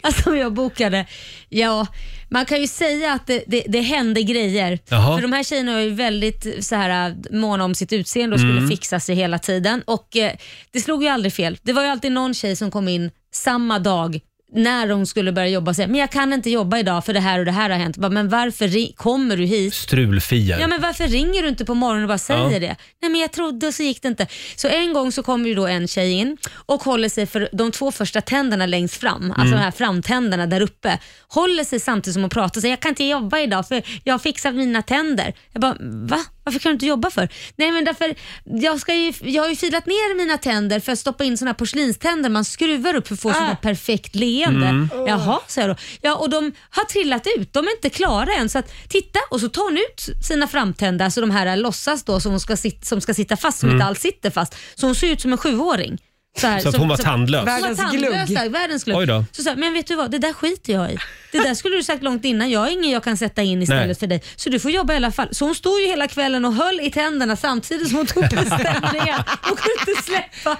alltså, som jag bokade, ja man kan ju säga att det, det, det hände grejer. Jaha. För de här tjejerna är ju väldigt eh, så här, måna om sitt utseende och skulle fixa sig hela tiden. Och eh, Det slog ju aldrig fel. Det var ju alltid någon tjej som kom in samma dag när de skulle börja jobba och säga, men jag kan inte jobba idag för det här och det här har hänt. Jag Bara, men varför ri- kommer du hit? Strulfier. Ja, men varför ringer du inte på morgonen och bara säger Ja. det? Nej, men jag trodde och så gick det inte. Så en gång så kommer ju då en tjej in och håller sig för de två första tänderna längst fram, alltså de här framtänderna där uppe. Håller sig samtidigt som hon pratar och säger jag kan inte jobba idag för jag har fixat mina tänder. Jag bara, va? Varför kan du inte jobba för? Nej men därför, jag, ska ju, jag har ju filat ner mina tänder för att stoppa in såna här porslinständer man skruvar upp för att få Ah. sådana perfekt leende. Mm. Jaha, sa jag då. Ja, och de har trillat ut, de är inte klara än. Så att, titta, och så tar hon ut sina framtänder, alltså de här låtsas då som, hon ska sit, som ska sitta fast, som inte alls sitter fast. Så hon ser ut som en sjuåring. Så, här, Mm. Så att hon var tandlös. Hon var Världens tandlös, glugg. där, världens glugg. Oj då. Så sa jag, men vet du vad, det där skiter jag i. Det där skulle du sagt långt innan. Jag har ingen jag kan sätta in istället Nej. för dig. Så du får jobba i alla fall. Så hon stod ju hela kvällen och höll i tänderna samtidigt som hon tog beställningar. Hon kunde inte släppa.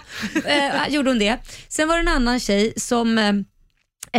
Eh, gjorde hon det. Sen var det en annan tjej som eh,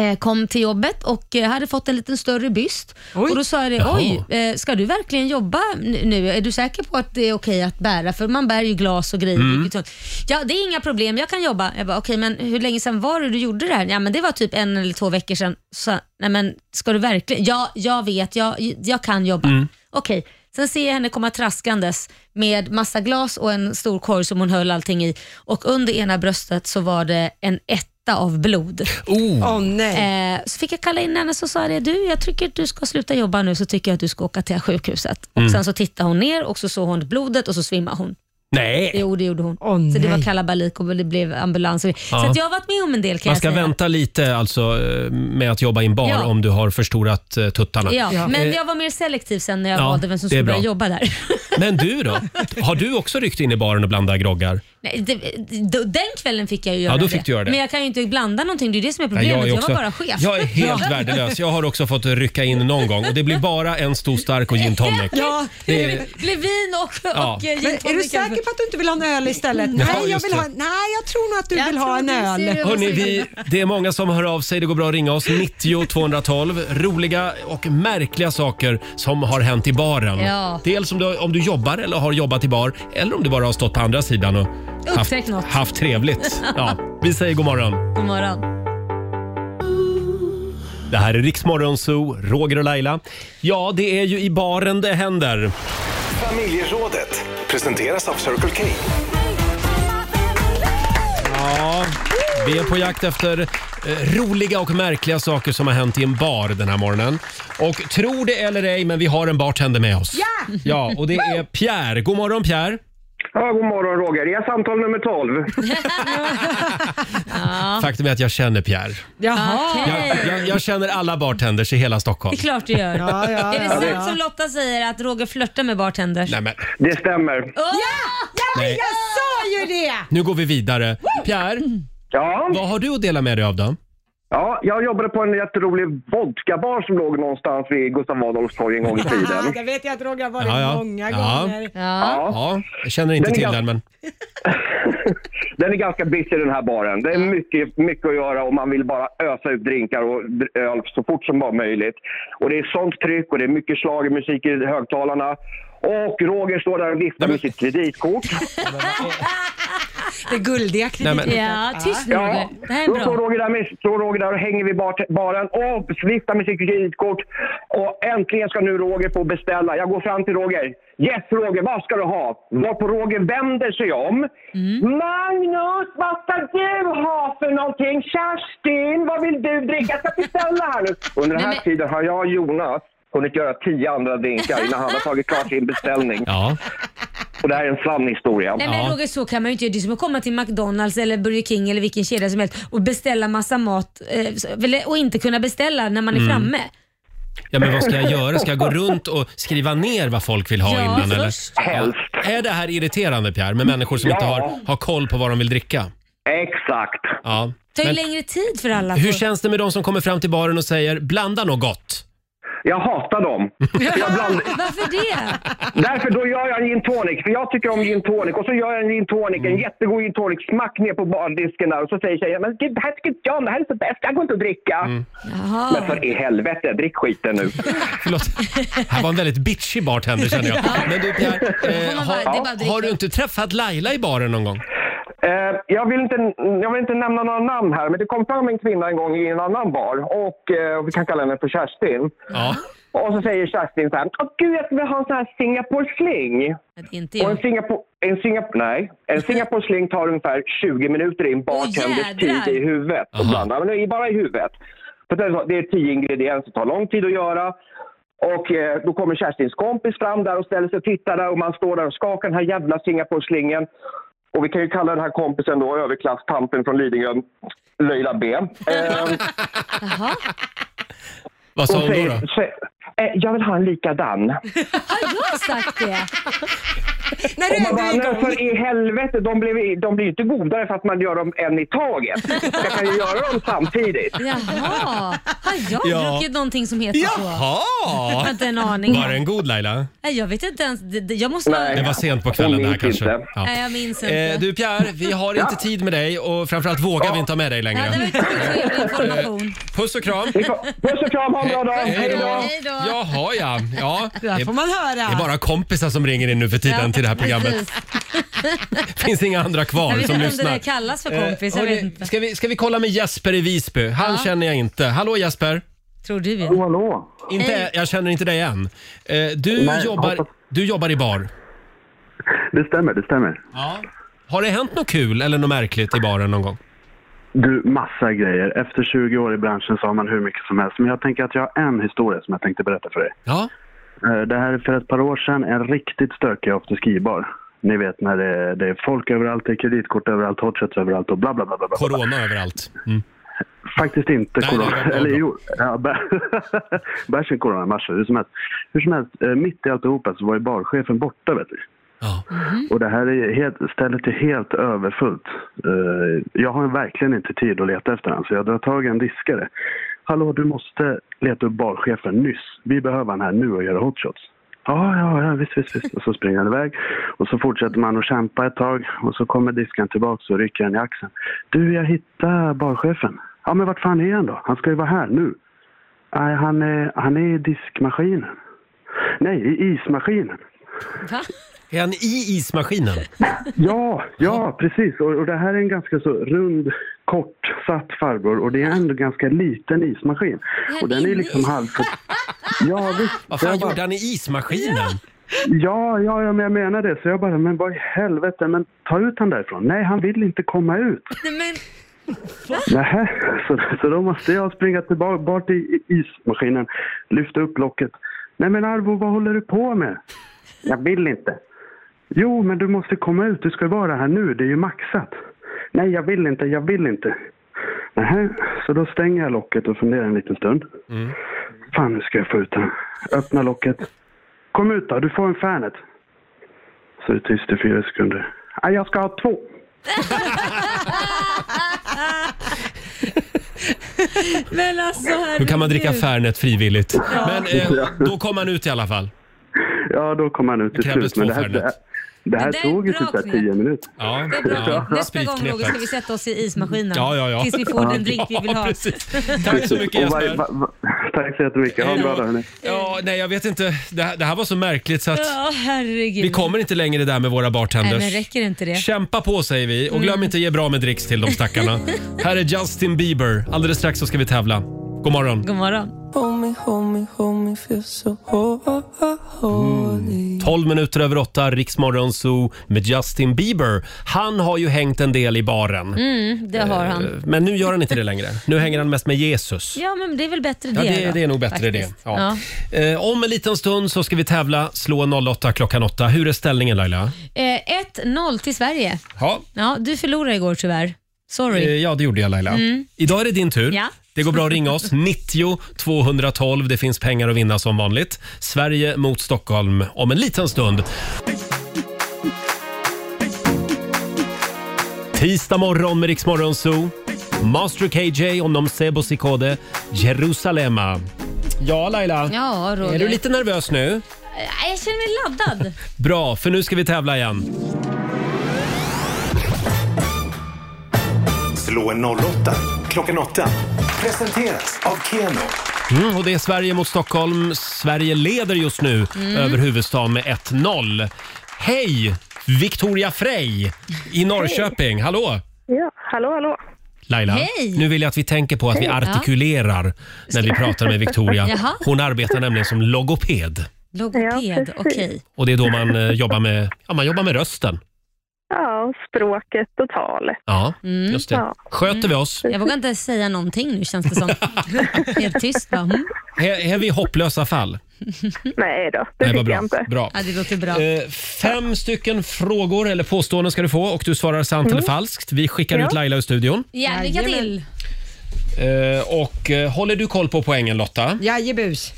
eh, kom till jobbet och eh, hade fått en liten större byst. Oj. Och Då sa jag det, Jaha. oj, eh, ska du verkligen jobba n- nu? Är du säker på att det är okej att bära? För man bär ju glas och grejer. vilket sånt. Ja, det är inga problem, jag kan jobba. Jag bara, okej, men hur länge sedan var det du gjorde det här? Ja, men det var typ en eller två veckor sedan. Så, nej, men ska du verkligen? Ja, jag vet, jag, jag kan jobba. Okej. Sen ser jag henne komma traskandes med massa glas och en stor korg som hon höll allting i. Och under ena bröstet så var det en etta av blod. Oh. Åh nej. Eh, så fick jag kalla in henne och sa det, du, jag tycker att du ska sluta jobba nu så tycker jag att du ska åka till sjukhuset. Mm. Och Sen så tittade hon ner och så såg hon blodet och så svimmade hon. Nej. Jo, det gjorde hon. Åh, så det var nej. kalabalik och det blev ambulans. och det. Så Ja. att jag har varit med om en del kan Man ska jag säga. vänta lite alltså eh, med att jobba i en bar Ja. om du har förstorat eh, tuttarna. Ja, Ja. Men Eh, jag var mer selektiv sen när jag ja, valde vem som det är skulle börja bra. jobba där. Men du då? Har du också ryckt in i baren och blandat groggar? Nej, det, d- den kvällen fick jag ju göra, Ja, då fick du göra det. Men jag kan ju inte blanda någonting, det är ju det som är Nej, problemet. jag, är också- var bara chef. Jag är helt värdelös. Jag har också fått rycka in någon gång och det blir bara en stor stark och gin tonic. Ja. Det är, Blev vin och, Ja. och eh, gin Men är du tonic. säker på att du inte vill ha en öl istället? Ja, nej, jag just vill det. ha, nej, jag tror nog att du Jag vill ha tror en du ser öl. det. Hörrni, vi, det är många som hör av sig. Det går bra att ringa oss. 90 212. Roliga och märkliga saker som har hänt i baren. Ja. Dels om du, om du jobbar eller har jobbat i bar eller om du bara har stått på andra sidan och Upptäckt något. haft trevligt. Ja, vi säger god morgon. God morgon. Det här är Riksmorgon Zoo, Roger och Laila. Ja, det är ju i baren det händer. Familjerådet presenteras av Circle K. Ja, vi är på jakt efter eh, roliga och märkliga saker som har hänt i en bar den här morgonen. Och tro det eller ej, men vi har en bartender med oss. Ja! Ja, och det är Pierre. God morgon Pierre! Ja, god morgon Roger. Det är samtal nummer 12. Faktum är att jag känner Pierre. Jaha. Jag, jag, jag känner alla bartenders i hela Stockholm. Det är klart du gör. Ja, ja, Är det ja, sant ja. som Lotta säger att Roger flörtar med bartenders? Nej, men, Det stämmer. Åh! Ja, Nej. jag sa ju det! nu går vi vidare. Pierre, Ja, vad har du att dela med dig av då? Ja, jag jobbade på en jätterolig vodkabar som låg någonstans vid Gustav Adolfs torg en gång i tiden. det vet jag att Roger har varit Ja, ja. många Ja. gånger. Ja, jag känner inte Den är till gam- den men... Den är ganska busy den här baren. Det är mycket, mycket att göra och man vill bara ösa ut drinkar och dr- öl så fort som bara möjligt. Och det är sånt tryck och det är mycket schlagermusik i högtalarna. Och Roger står där och viftar med sitt kreditkort. Det guldiga Nej, kreditkortet. men- Ja, tyst nu Roger. Det här är Då står bra. Roger där, med, står Roger där och hänger vid bar, baren och viftar med sitt kreditkort. Och äntligen ska nu Roger få beställa. Jag går fram till Roger. Yes Roger, vad ska du ha? Varpå Roger vänder sig om. Mm. Magnus, vad ska du ha för någonting? Kerstin, vad vill du dricka? Jag ska beställa här nu. Under den här tiden har jag och Jonas hunnit göra tio andra drinkar innan han har tagit klart sin beställning. Och det här är en sann historia. Nej men Roger, så kan man ju inte göra. Det är som att komma till McDonalds eller Burger King eller vilken kedja som helst och beställa massa mat eh, så- eller- och inte kunna beställa när man är Mm. framme. Ja, men vad ska jag göra? Ska jag gå runt och skriva ner vad folk vill ha Ja, innan? Eller? först. Ja. Är det här irriterande Pierre, med människor som Ja. inte har, har koll på vad de vill dricka? Exakt. Ja. Det tar ju Men längre tid för alla. att hur få- känns det med de som kommer fram till baren och säger “blanda något gott”? Jag hatar dem. Varför det? Därför då gör jag en gin tonic, för jag tycker om gin tonic. Och så gör jag en gin tonic, en jättegod gin tonic, smack ner på bardisken där. Och så säger tjejen, men det här tycker inte jag om, det här är så bäst, jag går inte att dricka. Men för i helvete, drick skiten nu. Förlåt. Här var en väldigt bitchig bartender känner jag. Men du Pierre, eh, har, har du inte träffat Laila i baren någon gång? Eh, jag, vill inte, jag vill inte nämna några namn här, men det kom fram en kvinna en gång i en annan bar. Och eh, vi kan kalla henne för Kerstin. Och så säger Kerstin så här, Åh, gud jag skulle vilja ha en sån här Singapore sling. Och en Singapore, en Singapore, nej, en Singapore sling tar ungefär 20 minuter i en bartenders jädrar! tid i huvudet. Och blanda, men det är bara i huvudet. För det är så- det är tio ingredienser, tar lång tid att göra. Och eh, då kommer Kerstins kompis fram där och ställer sig och tittar där och man står där och skakar den här jävla Singapore-slingen. Och vi kan ju kalla den här kompisen då överklasstampen från Lidingö, Löjla B. Ehm, Vad sa hon då säger- då? sä- eh, jag vill ha en likadan. Har jag sagt det? När Och man bara, "Nej, för i helvete, de blir, de blir ju inte godare för att man gör dem en i taget. Jag kan ju göra dem samtidigt. Jaha, har jag Ja. druckit någonting som heter så? Jaha! Jag har inte en aning. Var den god Laila? Nej, jag vet inte ens. Det- det- Jag måste ha... Det var sent på kvällen det här kanske. Ja. Nej, jag minns inte. Eh, du Pierre, vi har inte tid med dig och framförallt vågar vi inte ha med dig längre. Ja, det var ju trevlig information. Puss och kram! Puss och kram, ha en bra dag! Hej då! Hej då. Jaha ja. ja. Det där får man höra. Det är bara kompisar som ringer in nu för tiden till det här programmet. finns inga andra kvar Jag vet som inte om det lyssnar. Eh, där kallas för kompis, jag hörni, vet inte. Ska vi, ska vi kolla med Jesper i Visby? Han Ja. känner jag inte. Hallå Jesper! Tror du Hallå, hallå! Inte, Hej. jag känner inte dig än. Eh, Du, Nej, jobbar, hoppas- du jobbar i bar. Det stämmer, det stämmer. Har det hänt något kul eller något märkligt i baren någon gång? Du, massa grejer. Efter 20 år i branschen så har man hur mycket som helst. Men jag tänker att jag har en historia som jag tänkte berätta för dig. Eh, Ja. Det här är för ett par år sedan en riktigt stökig afterski-bar. Ni vet när det är, det är folk överallt, det är kreditkort överallt, hotshots överallt och bla bla bla. bla, bla. Corona överallt. Faktiskt inte Nej, corona. nej, nej, Eller nej. jo, ja, bä- bärs en corona, mars, hur som helst. Hur som helst, eh, mitt i alltihopa så var ju barchefen borta vet du. Och det här är ju helt, stället är helt överfullt. Eh, jag har verkligen inte tid att leta efter honom så jag drar tag i en diskare. Hallå, du måste leta upp barchefen nyss. Vi behöver han här nu och göra hotshots. Ja, ja, ja, visst, visst, visst. Och så springer han iväg. Och så fortsätter man att kämpa ett tag. Och så kommer diskan tillbaks och rycker en i axeln. Du, jag hittar barchefen. Ja, men vart fan är han då? Han ska ju vara här nu. Nej, han är, han är i diskmaskinen. Nej, i ismaskinen. Va? Är han i ismaskinen? Ja, ja precis. Och, och det här är en ganska så rund, kortsatt farbror och det är ändå ganska liten ismaskin. Och den är liksom halv... Ja, visst. Vad fan Jag bara- gjorde han i ismaskinen? Ja, ja, ja, men jag menar det. Så jag bara, men vad i helvete, men ta ut han därifrån. Nej, han vill inte komma ut. Nej, men... Nähä, så, så då måste jag springa tillbaka bort till ismaskinen, lyfta upp locket. Nej men Arvo, vad håller du på med? Jag vill inte. Jo, men du måste komma ut. Du ska vara här nu. Det är ju maxat. Nej, jag vill inte. Jag vill inte. Nähä, så då stänger jag locket och funderar en liten stund. Fan, nu ska jag få ut den. Öppna locket. Kom ut då, du får en Fanet. Så är det tyst i fyra sekunder. Nej, jag ska ha två. Men alltså Hur kan man dricka herregud. Fernet frivilligt? Ja. Men eh, då kom han ut i alla fall. Ja, då kom han ut till krävdes slut. Men två det här, det här, Fernet. det här Men det är tog ju bra typ så här knep. tio minuter. Ja, Det är bra. Ja. Nästa gång Roger ska vi sätta oss i ismaskinen. Ja, ja, ja. Tills vi får Ja. den drink vi vill ha. Tack så mycket, Och var- Jesper. va- va- Tack så jättemycket. Ha en bra dag hörni. Ja, nej jag vet inte. Det här, det här var så märkligt så att Ja, herregud. vi kommer inte längre där med våra Nej, men bartenders. räcker inte det? Kämpa på säger vi och glöm Mm. inte ge bra med dricks till de stackarna. Här är Justin Bieber. Alldeles strax så ska vi tävla. God morgon. God morgon. Homie, homie, homie feels so horny. 12 minuter över 8, Riksmorgon Zoo med Justin Bieber. Han har ju hängt en del i baren. Mm, det har Eh, han. Men nu gör han inte det längre. Nu hänger han mest med Jesus. Ja, men det är väl bättre Ja, det det, då, det är nog bättre faktiskt. det. Ja. Eh, om en liten stund så ska vi tävla. Slå 08 klockan 8. Hur är ställningen Laila? Eh, 1-0 till Sverige. Ja. Ja, du förlorade igår tyvärr. Sorry. Eh, Ja, det gjorde jag Laila. Mm. Idag är det din tur. Ja. Det går bra att ringa oss. 90 212. Det finns pengar att vinna som vanligt. Sverige mot Stockholm om en liten stund. Tisdag morgon med Rix Morgon Zoo. Master KJ om de sebo si code Jerusalema. Ja, Laila. Ja, Roger. Är du lite nervös nu? Eh, Jag känner mig laddad. Bra, för nu ska vi tävla igen. Slå en 08 klockan 8. Presenteras av Keno. Mm, och det är Sverige mot Stockholm. Sverige leder just nu Mm. över huvudstaden med 1-0. Hej! Victoria Frey i Norrköping. Hallå! Ja, hallå, hallå. Laila, Hej. nu vill jag att vi tänker på att vi Ja. artikulerar när vi pratar med Victoria. Jaha. Hon arbetar nämligen som logoped. Logoped, okej. Och det är då man eh, jobbar med, ja, man jobbar med rösten. Ja, och språket och talet. Ja, Mm. just det. Ja. Sköter vi oss? Jag vågar inte säga någonting nu känns det som. Helt tyst bara. Mm. Är, är vi hopplösa fall? Nej då, det Nej, vad tycker bra. jag inte. Bra. Ja, det låter bra. Eh, Fem stycken frågor eller påståenden ska du få och du svarar sant eller falskt. Vi skickar Mm. Ja. ut Laila ur studion. Ja, lycka till. Eh, och eh, håller du koll på poängen Lotta? Jajebus.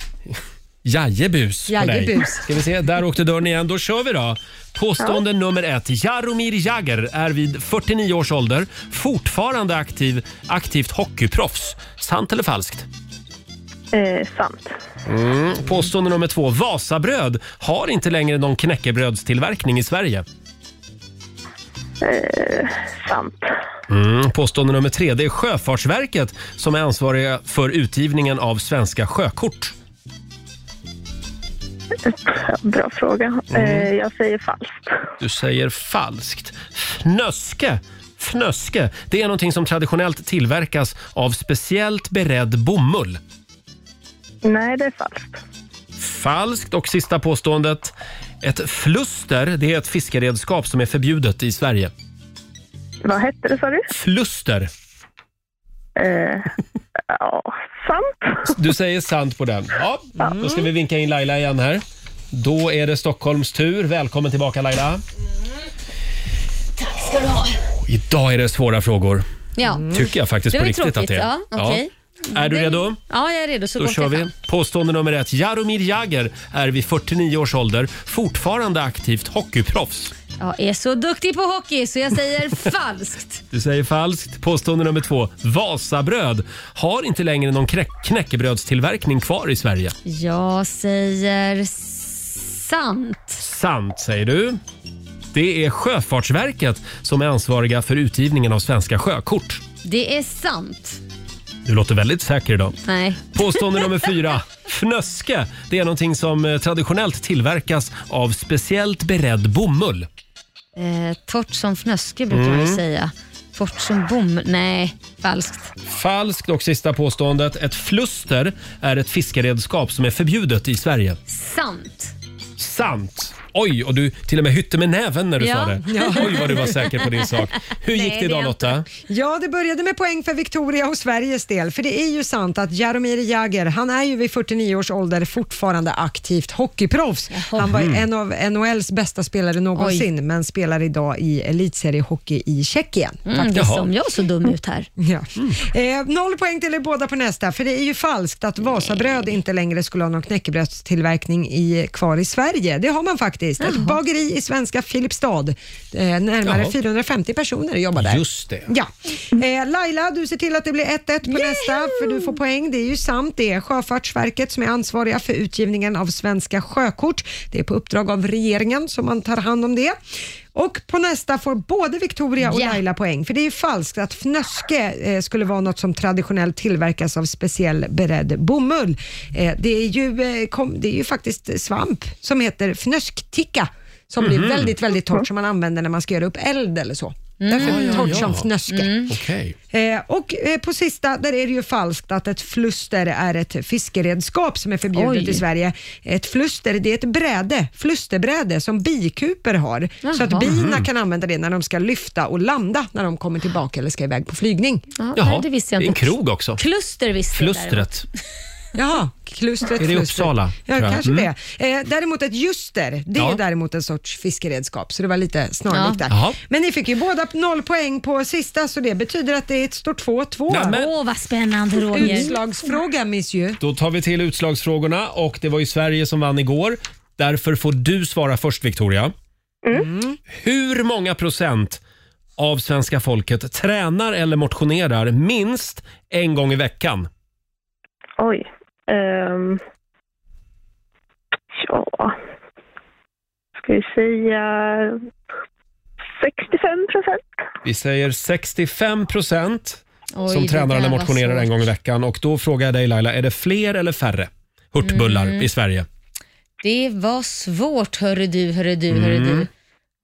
Jajebus på dig. Jajebus. Ska vi se, där åkte dörren igen. Då kör vi då. Påstående nummer ett. Jaromir Jagr är vid 49 års ålder fortfarande aktiv, aktivt hockeyproffs. Sant eller falskt? Eh, sant. Mm. Påstående nummer två. Vasabröd har inte längre någon knäckebrödstillverkning i Sverige. Eh, sant. Mm. Påstående nummer tre. Det är Sjöfartsverket som är ansvariga för utgivningen av svenska sjökort. Bra fråga. Eh, jag säger falskt. Du säger falskt. Fnöske. Fnöske. Det är någonting som traditionellt tillverkas av speciellt beredd bomull. Nej, det är falskt. Falskt. Och sista påståendet. Ett fluster det är ett fiskeredskap som är förbjudet i Sverige. Vad hette det, sa du? Fluster. Eh, ja, sant. Du säger sant på den. Ja, Då ska vi vinka in Laila igen här. Då är det Stockholms tur. Välkommen tillbaka Laila. Tack ska du ha. Idag är det svåra frågor. Ja. Tycker jag faktiskt Mm. det på var ju riktigt att tråkigt. det är. Ja, okej. Mm. Är du Det- redo? Ja, jag är redo. Så Då gott kör jag vi. kan. Påstående nummer ett. Jaromir Jagr är vid 49 års ålder fortfarande aktivt hockeyproffs. Jag är så duktig på hockey så jag säger falskt. Du säger falskt. Påstående nummer två. Vasabröd har inte längre någon knä knäckebrödstillverkning kvar i Sverige. Jag säger sant. Sant säger du. Det är Sjöfartsverket som är ansvariga för utgivningen av svenska sjökort. Det är sant. Du låter väldigt säker idag. Nej. Påstående nummer fyra. Fnöske, det är någonting som eh, traditionellt tillverkas av speciellt beredd bomull. Eh, torrt som fnöske brukar man Mm. ju säga. Torrt som bom. Nej, falskt. Falskt och sista påståendet. Ett fluster är ett fiskeredskap som är förbjudet i Sverige. Sant. Mm. Sant! Oj, och du till och med hytte med näven när du Ja. sa det. Ja. Oj, vad du var säker på din sak. Hur gick Nej, det det idag är Lotta? Ja, det började med poäng för Victoria och Sveriges del, för det är ju sant att Jaromir Jagr, han är ju vid 49 års ålder fortfarande aktivt hockeyproffs. Han var Mm. en av NHLs bästa spelare någonsin, men spelar idag i elitseriehockey i Tjeckien. Mm, det är som jag så dum ut här. Ja. Mm. Eh, noll poäng till er båda på nästa, för det är ju falskt att Vasabröd inte längre skulle ha någon knäckebrödstillverkning i, kvar i Sverige. Sverige, det har man faktiskt. Ett bageri i svenska Filipstad. Eh, närmare Jaha. 450 personer jobbar där. Just det. Ja. Eh, Laila, du ser till att det blir 1-1 på nästa, för du får poäng. Det är ju sant det. är Sjöfartsverket som är ansvariga för utgivningen av svenska sjökort. Det är på uppdrag av regeringen som man tar hand om det. Och på nästa får både Victoria och Ja. Laila poäng, för det är ju falskt att fnöske eh, skulle vara något som traditionellt tillverkas av speciell beredd bomull. Eh, det, är ju, eh, kom, det är ju faktiskt svamp som heter fnöskticka som blir Mhm. väldigt, väldigt torrt som man använder när man ska göra upp eld eller så. Mm. Därför är det torrt som fnöske. Okej. Eh, och eh, på sista, där är det ju falskt att ett fluster är ett fiskeredskap som är förbjudet Oj. i Sverige. Ett fluster, det är ett bräde, flusterbräde som bikuper har. Så Jaha. att bina Mhm. kan använda det när de ska lyfta och landa när de kommer tillbaka eller ska iväg på flygning. Ja, Jaha. nej, det visste jag det är en inte. krog också. Kluster visste Flustret. Jaha, klustret. Är det i klustret. Uppsala, Ja, tror jag. kanske Mm. det. Eh, däremot ett ljuster, det Ja. är däremot en sorts fiskeredskap, så det var lite snarlikt Ja. där. Jaha. Men ni fick ju båda noll poäng på sista, så det betyder att det står 2-2. Ja, men- Åh, vad spännande Roger. Utslagsfråga, monsieur. Då tar vi till utslagsfrågorna och det var ju Sverige som vann igår. Därför får du svara först Victoria. Hur många procent av svenska folket tränar eller motionerar minst en gång i veckan? Oj. Ehm. ja. Ska vi säga 65 procent? Vi säger 65 procent Oj, som det tränar där eller var motionerar en svårt. gång i veckan. Och då frågar jag dig Laila, är det fler eller färre hurtbullar Mm. i Sverige? Det var svårt hörru du, hörru du, hörru Mm. du.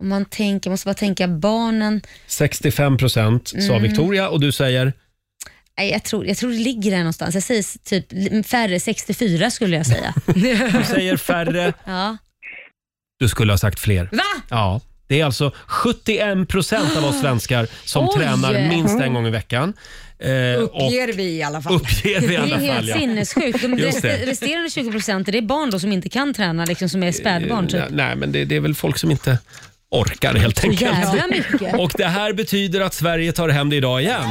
Om man tänker, måste bara tänka barnen. 65 procent sa Mm. Victoria och du säger? Nej, jag, tror, jag tror det ligger där någonstans. Jag säger s- typ li- färre, 64 skulle jag säga. Du säger färre. Ja. Du skulle ha sagt fler. Va? Ja. Det är alltså 71 procent av oss svenskar som Oj! tränar minst en gång i veckan. Eh, Uppger vi i alla fall. Uppger vi i alla det är fall, helt ja. sinnessjukt. De Just det. rest- resterande 20 procenten, det är barn då som inte kan träna, liksom, som är spädbarn. Typ. Eh, Nej, men det, det är väl folk som inte orkar helt Så enkelt. jävla mycket. Och det här betyder att Sverige tar hem det idag igen.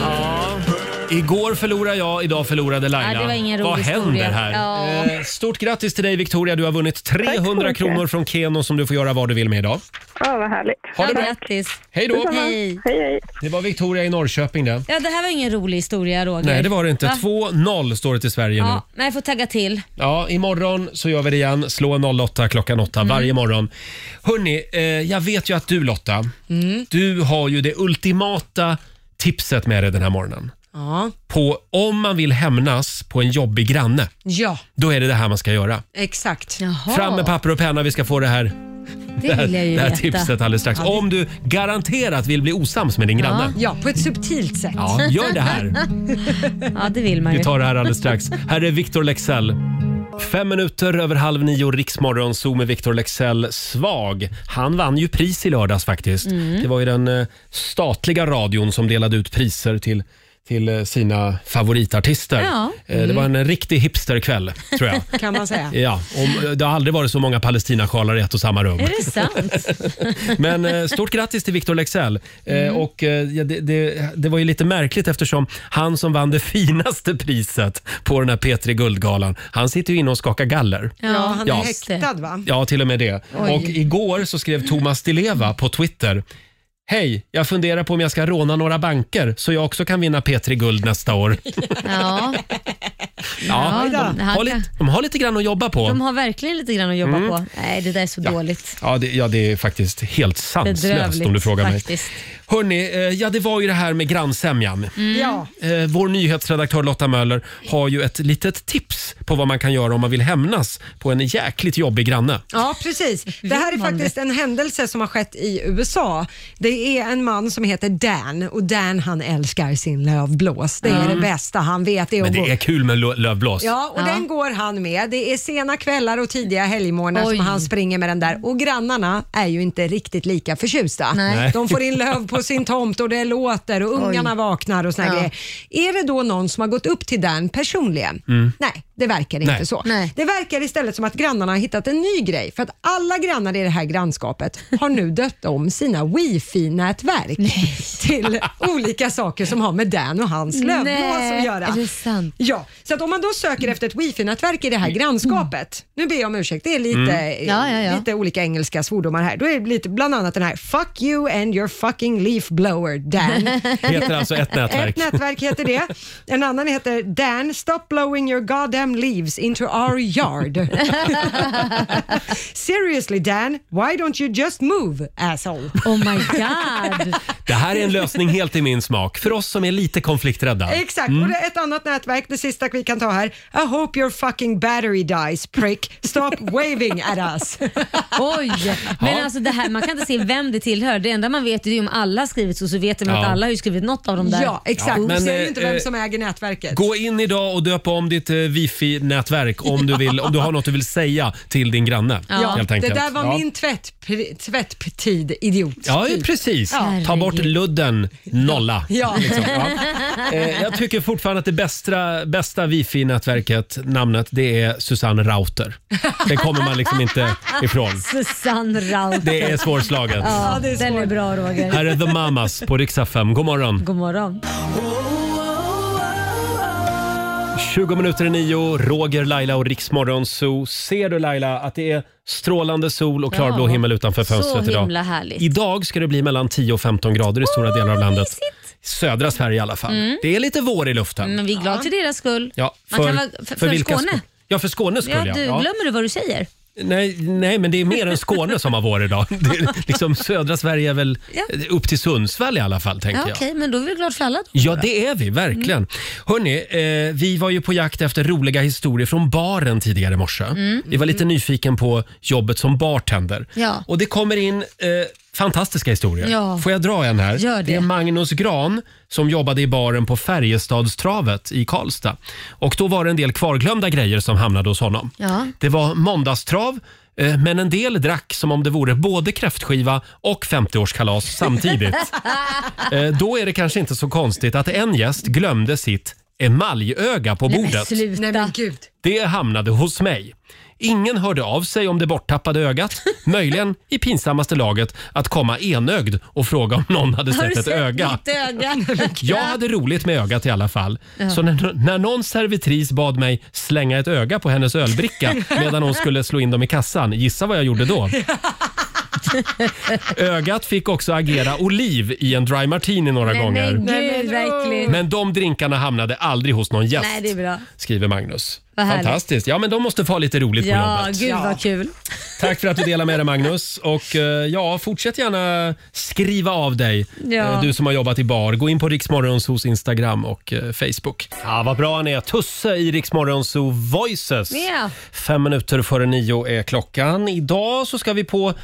Ja. Igår förlorade jag, idag förlorade Laila. Ja, det var ingen rolig Vad händer historia. här? Ja. Eh, Stort grattis till dig Victoria, du har vunnit så 300 mycket. kronor från Keno som du får göra vad du vill med idag. Ja, vad härligt. Ha det bra. Grattis. Hej då. Detsamma. Hej. Hej, hej. Det var Victoria i Norrköping det. Ja, det här var ingen rolig historia Roger. Nej, det var det inte. Va? 2-0 står det till Sverige nu. Ja, men jag får tagga till. Ja, imorgon så gör vi det igen. Slå 08 klockan 8 Mm. varje morgon. Hörni, eh, jag vet ju att du Lotta, Mm. du har ju det ultimata tipset med dig den här morgonen. Ja. På om man vill hämnas på en jobbig granne, Ja, då är det det här man ska göra. exakt. Fram med papper och penna, vi ska få det här, det här, vill jag ju det här veta. tipset alldeles strax. Ja, det- Om du garanterat vill bli osams med din granne. Ja, på ett subtilt sätt. Ja, gör det här. ja, det vill man ju. Vi tar det här alldeles strax. Här är Victor Lexell. Fem minuter över halv nio, Riksmorgon, Zoo med Victor Lexell Svag. Han vann ju pris i lördags faktiskt. Mm. Det var ju den eh, statliga radion som delade ut priser till till eh, sina favoritartister. Ja. Eh, Det var en eh, riktig hipsterkväll, tror jag. Kan man säga. Ja, och eh, det har aldrig varit så många palestinasjalar i ett och samma rum. Är det sant? Men eh, stort grattis till Victor Lexell. Eh, Mm. Och, eh, ja, det, det, det var ju lite märkligt eftersom han som vann det finaste priset på den här P3 Guldgalan, han sitter ju inne och skakar galler. Ja, han är Ja. häktad va? Ja, till och med det. Oj. Och igår så skrev Thomas Di Leva på Twitter Hej, jag funderar på om jag ska råna några banker så jag också kan vinna P3 Guld nästa år. Ja. Ja, Ja, de, de- han har kan- lite, de har lite grann att jobba på. De har verkligen lite grann att jobba Mm. på. Nej, det där är så dåligt. Ja det, ja, det är faktiskt helt sanslöst Bedrövligt om du frågar mig. faktiskt. Hörni, eh, ja det var ju det här med grannsämjan. Mm. Ja. Eh, Vår nyhetsredaktör Lotta Möller har ju ett litet tips på vad man kan göra om man vill hämnas på en jäkligt jobbig granne. Ja, precis. Det här är faktiskt en händelse som har skett i USA. Det är en man som heter Dan och Dan han älskar sin lövblås. Det är Mm. det bästa han vet. Det är Men att det gå- är kul med lo- lövblås. Ja, och den går han med. Det är sena kvällar och tidiga helgmorgnar som Oj. han springer med den där. Och grannarna är ju inte riktigt lika förtjusta. Nej. De får in löv på sin tomt och det låter och ungarna Oj. vaknar och såna här Ja. grejer. Är det då någon som har gått upp till den personligen? Mm. Nej, det verkar inte Nej. så. Nej. Det verkar istället som att grannarna har hittat en ny grej för att alla grannar i det här grannskapet har nu döpt om sina wifi-nätverk till olika saker som har med Dan och hans lövblås Nej, att göra. är det sant? Ja, så att om man då söker efter ett wifi-nätverk i det här grannskapet, nu ber jag om ursäkt, det är lite, eh, Mm. Ja, ja, ja. lite olika engelska svordomar här. Då är det lite, bland annat den här “Fuck you and your fucking leaf blower Dan”. Heter alltså ett nätverk. Ett nätverk heter det. En annan heter “Dan, stop blowing your goddamn leaves into our yard”. “Seriously Dan, why don't you just move asshole?” Oh my god! Det här är en lösning helt i min smak, för oss som är lite konflikträdda. Exakt, Mm. och det är ett annat nätverk, det sista vi kan ta här. I hope your fucking battery dies prick. Stop waving at us. Oj, men Ja. alltså det här, man kan inte se vem det tillhör. Det enda man vet är ju om alla har skrivit så, så vet man Ja. att alla har ju skrivit något av dem där. Ja, exakt. Ja, Du men, ser ju inte vem eh, som äger nätverket. Gå in idag och döp om ditt eh, wifi-nätverk om, du vill, om du har något du vill säga till din granne. Ja, Helt det enkelt. där var Ja. min tvätt, tvätttid, idiot. Typ. Ja, precis. Ta bort ludden, nolla. Ja. Liksom. Ja. Eh, jag tycker fortfarande att det bästa, bästa wifi-nätverket, namnet, det är Susanne Rauter. Det kommer man liksom inte ifrån. Susanne Rauter. Det är svårslaget. Ja, den är bra Roger. Här är The Mamas på Rix FM. God morgon. God morgon. 20 minuter i nio, Roger, Laila och Rix Morgon Zoo. Ser du Laila att det är strålande sol och klarblå Ja. himmel utanför fönstret så idag? himla härligt. Idag ska det bli mellan 10 och 15 grader i stora delar av landet. I Södra Sverige i alla fall. Mm. Det är lite vår i luften. Men vi är glada till deras skull. Ja, Man kan vara- för- för vilka Skåne. skull? Ja, för Skånes skull Ja, ja. du, ja. glömmer du vad du säger? Nej, nej, men det är mer än Skåne som har vår idag. Det är liksom, södra Sverige är väl Ja. upp till Sundsvall i alla fall, tänker Ja, jag. Okej, men då är vi glada för alla. då. Ja, det är vi verkligen. Mm. Hörrni, eh, vi var ju på jakt efter roliga historier från baren tidigare i morse. Mm. Vi var lite nyfiken på jobbet som bartender. Ja. Och det kommer in eh, fantastiska historier. Ja. Får jag dra en här? Gör det. är Magnus Gran som jobbade i baren på Färjestadstravet i Karlstad. Och då var det en del kvarglömda grejer som hamnade hos honom. Ja. Det var måndagstrav. eh, Men en del drack som om det vore både kräftskiva och 50-årskalas samtidigt. Eh, Då är det kanske inte så konstigt att en gäst glömde sitt emaljöga på Nej, men bordet. sluta. Nej, men gud. Det hamnade hos mig. Ingen hörde av sig om det borttappade ögat. Möjligen i pinsammaste laget att komma enögd och fråga om någon hade Har sett du ett öga. mitt öga? Jag hade roligt med ögat i alla fall. Ja. Så när, när någon servitris bad mig slänga ett öga på hennes ölbricka medan hon skulle slå in dem i kassan, gissa vad jag gjorde då? Ögat fick också agera oliv i en dry martini några Nej, gånger. Men gud, verkligen. Men de drinkarna hamnade aldrig hos någon gäst, Nej, det är bra. skriver Magnus. Vad härligt. Fantastiskt. Ja, men de måste få ha lite roligt på Ja, jobbet. gud vad kul. Tack för att du delar med dig Magnus. Och eh, ja, fortsätt gärna skriva av dig, Ja. eh, du som har jobbat i bar. Gå in på Riksmorgonsos Instagram och eh, Facebook. Ja, vad bra han är. Tusse i Riksmorgonso Voices. Ja. Fem minuter före nio är klockan. Idag så ska vi på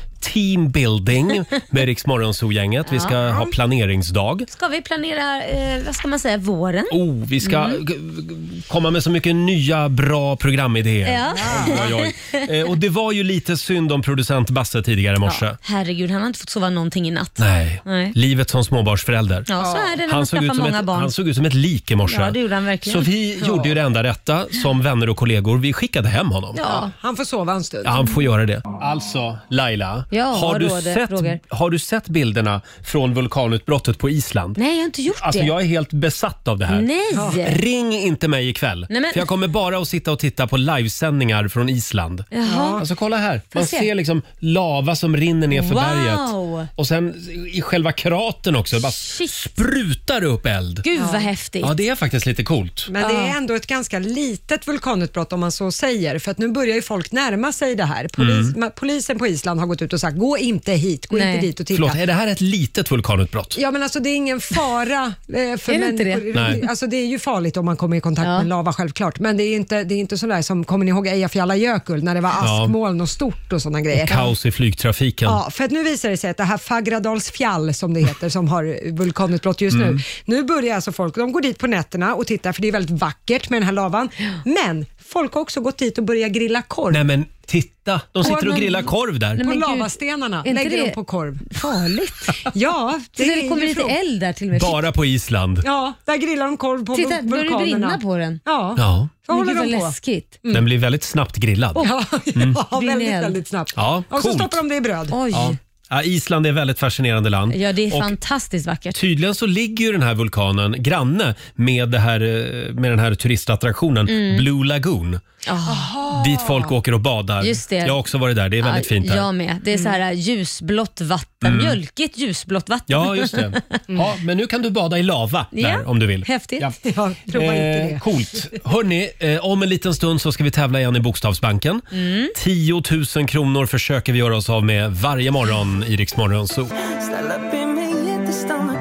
teambuilding med Riksmorgonso-gänget. Vi ska Ja. ha planeringsdag. Ska vi planera, eh, vad ska man säga, våren? Oh, vi ska Mm. g- g- komma med så mycket nya bra programidéer. Ja. Oj, oj, oj. Eh, Och det var ju lite synd om producent Basse tidigare i morse. Ja, herregud, han har inte fått sova någonting i natt. Nej. Nej. Livet som småbarnsförälder. Ja, så är det när man såg ut skaffar som många ett, barn. han såg ut som ett lik i morse. Ja, det gjorde han verkligen. Så vi Ja. gjorde ju det enda rätta som vänner och kollegor. Vi skickade hem honom. Ja, han får sova en stund. Ja, han får göra det. Alltså, Laila. Ja, har, du Roger, sett, Roger. har du sett bilderna från vulkanutbrottet på Island? Nej, jag har inte gjort Alltså det. jag är helt besatt av det här. Nej. Ring inte mig ikväll. Eh. Nej, men- För jag kommer bara att sitta och titta på livesändningar från Island. Jaha. Alltså kolla här. Får Man jag se? ser liksom lava som rinner ner för Wow. berget. Och sen i själva kratern också. Bara sprutar det upp eld. Gud, vad häftigt. Ja, det är faktiskt lite coolt. Men det är ändå ett ganska litet vulkanutbrott om man så säger, för att nu börjar ju folk närma sig det här. Polis, Mm. ma- Polisen på Island har gått ut och sagt, gå inte hit, gå inte dit och titta. Förlåt, är det här ett litet vulkanutbrott? Ja men alltså det är ingen fara. eh, för Är det inte människor. det? Nej. Alltså, det är ju farligt om man kommer i kontakt med lava självklart, men det är inte, det är inte sådär som, kommer ni ihåg Eyjafjallajökull när det var Ja. askmoln och stort och sådana grejer? Och kaos i flygtrafiken. Ja, för att nu visar det sig att det här Fagradalsfjall som det heter, som har vulkanutbrott just Mm. nu. Nu börjar alltså folk, de går dit på nätterna och tittar för det är väldigt vackert med den här lavan. Men folk har också gått dit och börjat grilla korv. Nej men titta, de sitter och grillar korv där. På lavastenarna är inte lägger de det på korv. Farligt. ja, Det, det kommer ju lite från- eld där till och med. Bara på Island. Ja, där grillar de korv på Titta, vul- börjar det vulkanerna. brinna på den? Ja. Ja. Så håller Men gud, de vad på. läskigt. Den blir väldigt snabbt grillad. Ja, Mm. ja Brinner väldigt, eld. väldigt snabbt. Ja, och så coolt. stoppar de det i bröd. Oj. Ja. Ja, Island är ett väldigt fascinerande land. Ja, det är Och fantastiskt vackert. Tydligen så ligger ju den här vulkanen granne med, det här, eh, med den här turistattraktionen Mm. Blue Lagoon. Aha. Dit folk åker och badar. Just det. Jag har också varit där. Det är väldigt fint där. Jag med. Det är så här ljusblått vatten. Mm. Mjölkigt ljusblått vatten. Ja, just det. Ja, men nu kan du bada i lava där Mm. Ja, om du vill. Häftigt. Ja. prova inte Eh, coolt. Hörni, eh, om en liten stund så ska vi tävla igen i Bokstavsbanken. Mm. 10 000 kronor försöker vi göra oss av med varje morgon i Rix Morgon Zoo. Snälla be mig inte stanna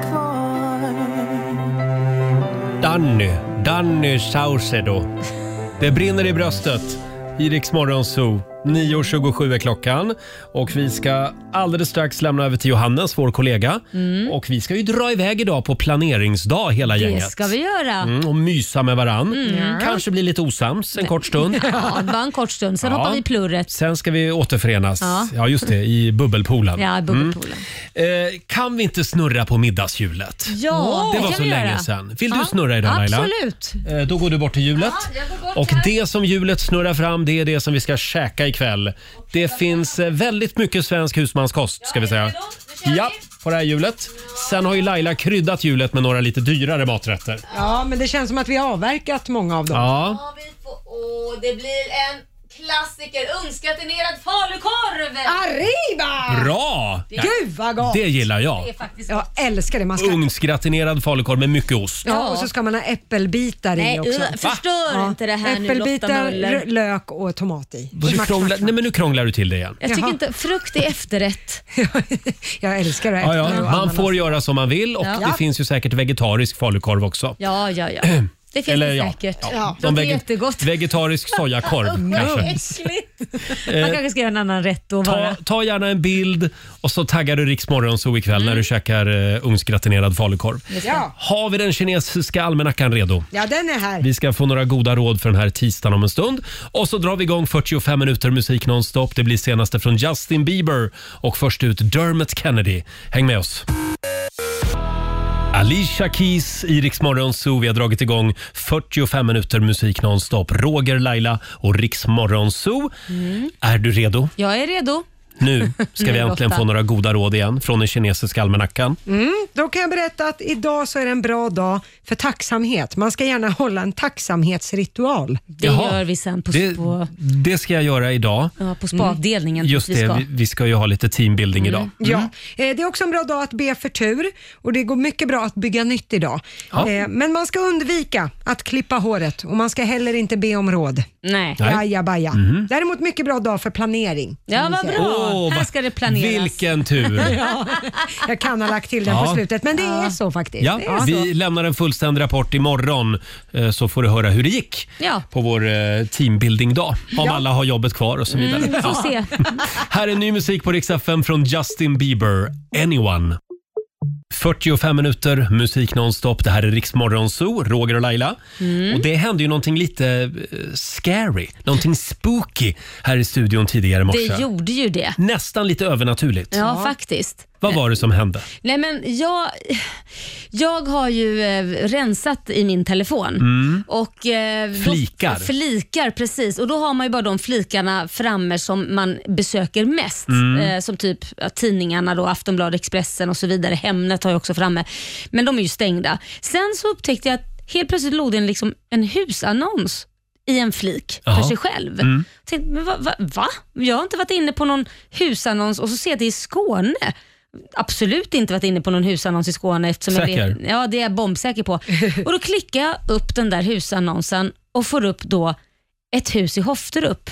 kvar Danny, Danny Saucedo. Det brinner i bröstet i Rix Morgon Zoo. 9.27 är klockan och vi ska alldeles strax lämna över till Johannes, vår kollega. Mm. Och vi ska ju dra iväg idag på planeringsdag hela Det gänget. ska vi göra. Mm, och mysa med varann. Mm. Kanske bli lite osams en kort stund. Ja, bara en kort stund. Sen Ja. hoppar vi i plurret. Sen ska vi återförenas. Ja. Ja, just det. I bubbelpoolen. Ja, i bubbelpoolen. Mm. Eh, kan vi inte snurra på middagshjulet? Ja, det var kan så vi länge göra. sedan. Vill Ja, du snurra idag Laila? Absolut. Eh, Då går du bort till hjulet. bort och det som hjulet snurrar fram, det är det som vi ska käka ikväll. Det finns eh, väldigt mycket svensk husmanskost ska vi säga. Ja, på det här hjulet. Sen har ju Laila kryddat hjulet med några lite dyrare maträtter. Ja, men det känns som att vi har avverkat många av dem. Ja. Och det blir en klassiker. Ugnsgratinerad falukorv! Arriba! Bra! Gud vad gott! Det gillar jag. Det är Jag älskar det. Man ska... Ugnsgratinerad falukorv med mycket ost. Ja, och så ska man ha äppelbitar Nej, i också. ö, förstör inte det här nu, Lotta Äppelbitar, Möller. r- lök och tomat i. Du Smack, krånglar, smack. nej men nu krånglar du till det igen. Jag tycker inte, frukt är efterrätt. jag älskar det. Ja, ja. Man får göra som man vill och Ja. det finns ju säkert vegetarisk falukorv också. Ja, ja, ja. Det finns Eller det ja, säkert. ja. Det låter vege- jättegott. Vegetarisk sojakorv kanske. Äckligt. Eh, Man kanske ska göra en annan rätt då Ta, bara. ta gärna en bild och så taggar du Riksmorgon så ikväll när du käkar uh, ugnsgratinerad falukorv. Ja. Har vi den kinesiska almanackan redo? ja, den är här. Vi ska få några goda råd för den här tisdagen om en stund. Och så drar vi igång 45 minuter musik nonstop. Det blir senaste från Justin Bieber och först ut Dermot Kennedy. Häng med oss! Alicia Keys, Iriks Morgonzoo. Vi har dragit igång 45 minuter musik nonstop. Roger, Laila och Riks Morgonzoo. Mm. Är du redo? Jag är redo. Nu ska vi Mm, äntligen Lotta. få några goda råd igen från den kinesiska almanackan. Mm, då kan jag berätta att idag så är det en bra dag för tacksamhet. Man ska gärna hålla en tacksamhetsritual. Mm. Det gör vi sen på, det- på, Det ska jag göra idag. ja, på spaavdelningen. Just Vi ska. Mm. det, vi, vi ska ju ha lite teambuilding idag. Ja, eh, det är också en bra dag att be för tur och det går mycket bra att bygga nytt idag. Ja. Eh, Men man ska undvika att klippa håret och man ska heller inte be om råd. Nej. Jaja, baja. Mhm. Däremot mycket bra dag för planering. Ja, vad bra. Åh, Här vad- ska det planeras. Vilken tur! Ja, jag kan ha lagt till den Ja. på slutet, men det är så faktiskt. Ja, det är så. vi lämnar en fullständig rapport imorgon eh, så får du höra hur det gick Ja. på vår eh, teambuilding-dag. Om alla har jobbet kvar och så vidare. Mm, vi får Ja. se. Här är ny musik på Rix FM från Justin Bieber, Anyone. 45 minuter musik nonstop. Det här är Rix Morgon Zoo, Roger och Laila. Mm. Och det hände ju någonting lite eh, scary, någonting spooky här i studion tidigare i morse. Det gjorde ju det. Nästan lite övernaturligt. Ja, faktiskt. Vad var det som hände? Nej, men jag, jag har ju eh, rensat i min telefon. Mm. Och, eh, då- Flikar. Flikar, precis. Och Då har man ju bara de flikarna framme som man besöker mest. Mm. Eh, som typ ja, tidningarna, då, Aftonbladet, Expressen och så vidare. Hemnet har jag också framme. Men de är ju stängda. Sen så upptäckte jag att helt plötsligt låg det en, liksom, en husannons i en flik för Jaha. sig själv. Mm. Tänkte, men va, va, va? Jag har inte varit inne på någon husannons och så ser jag att det är i Skåne. Absolut inte varit inne på någon husannons i Skåne eftersom jag Säker? vet, Ja, det är jag bombsäker på. Och Då klickar jag upp den där husannonsen och får upp då ett hus i Hofterup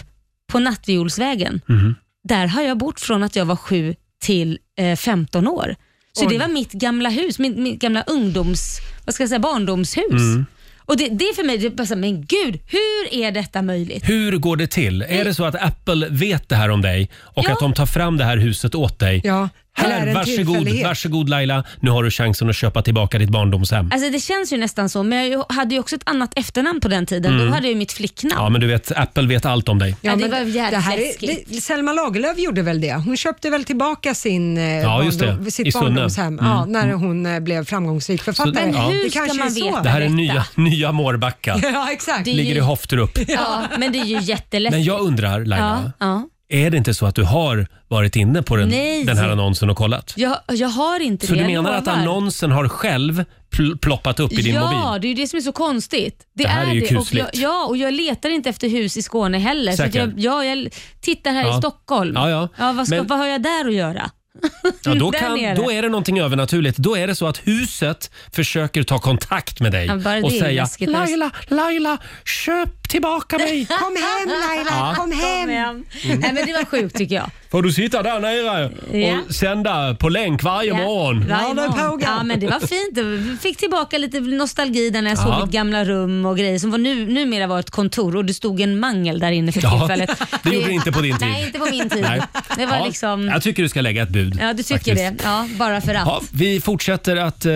på Nattviolsvägen. Mhm. Där har jag bott från att jag var 7 till eh, 15 år. Så Oj. det var mitt gamla hus, mitt, mitt gamla ungdoms, vad ska jag säga, barndomshus. Mm. Och det, det är för mig, det är bara så här, men gud, hur är detta möjligt? Hur går det till? Är det så att Apple vet det här om dig och Ja. att de tar fram det här huset åt dig? Ja. Eller är det Här, en varsågod, tillfällighet? varsågod Laila. Nu har du chansen att köpa tillbaka ditt barndomshem. Alltså det känns ju nästan så, men jag hade ju också ett annat efternamn på den tiden. Mm. Då hade jag ju mitt flicknamn. Ja, men du vet, Apple vet allt om dig. Ja, det var jävligt det här är, läskigt. det, Selma Lagerlöf gjorde väl det? Hon köpte väl tillbaka sin, eh, Ja, just det. barndom- sitt I Sunne. barndomshem ja, Mm. när hon eh, blev framgångsrik författare. Men ja. hur det ska kanske man är så. veta Det här är nya, nya Mårbacka. Ja, exakt. Det är Ligger ju- i Hofterup. Ja, men det är ju jätteläskigt. Men jag undrar Laila, ja, ja. är det inte så att du har varit inne på den, Nej. den här annonsen och kollat? Jag, jag har inte Så det. du jag menar att lovar. annonsen har själv pl- ploppat upp i din ja, mobil? det är ju det som är så konstigt. Det, Det här är ju det. Och jag, kusligt. ja, och jag letar inte efter hus i Skåne heller. Så att Säker? jag, ja, jag tittar här Ja. i Stockholm. Ja, ja. vad, ska, Men- vad har jag där att göra? Ja, då, Där kan, nere. då är det någonting övernaturligt. Då är det så att huset försöker ta kontakt med dig Ja, bara det och är säga läskigt. “Laila, Laila, köp tillbaka mig!” Kom hem Laila, Ja. kom hem! Mm. Nej, men det var sjukt tycker jag. Får du sitta där nere Ja. och sända på länk varje morgon? varje morgon. ja, men det var fint. Vi fick tillbaka lite nostalgi där när jag såg Ja. mitt gamla rum och grejer som var nu, numera var ett kontor och det stod en mangel där inne för Ja, tillfället. det gjorde det inte på din tid. Nej, inte på min tid. Nej. Det var Ja, liksom... Jag tycker du ska lägga ett bud. Ja, du tycker faktiskt. det. Ja, bara för att. Ja, vi fortsätter att eh,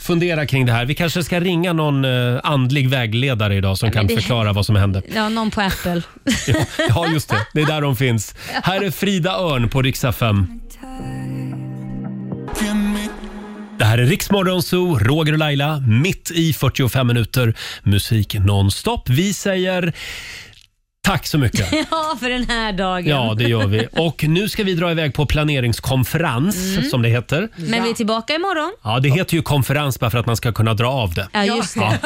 fundera kring det här. Vi kanske ska ringa någon eh, andlig vägledare idag som Ja, men kan det- förklara vad som hände. Ja, någon på Apple. Ja, just det. Det är där de finns. Här är Frida Örn på Riksa 5. Det här är Riksmorgon Zoo, Roger och Laila, mitt i 45 minuter musik nonstop. Vi säger tack så mycket. Ja, för den här dagen. Ja, det gör vi. Och nu ska vi dra iväg på planeringskonferens, Mm. som det heter. Men vi är tillbaka imorgon. Ja, det heter ju konferens bara för att man ska kunna dra av det. Ja, just det.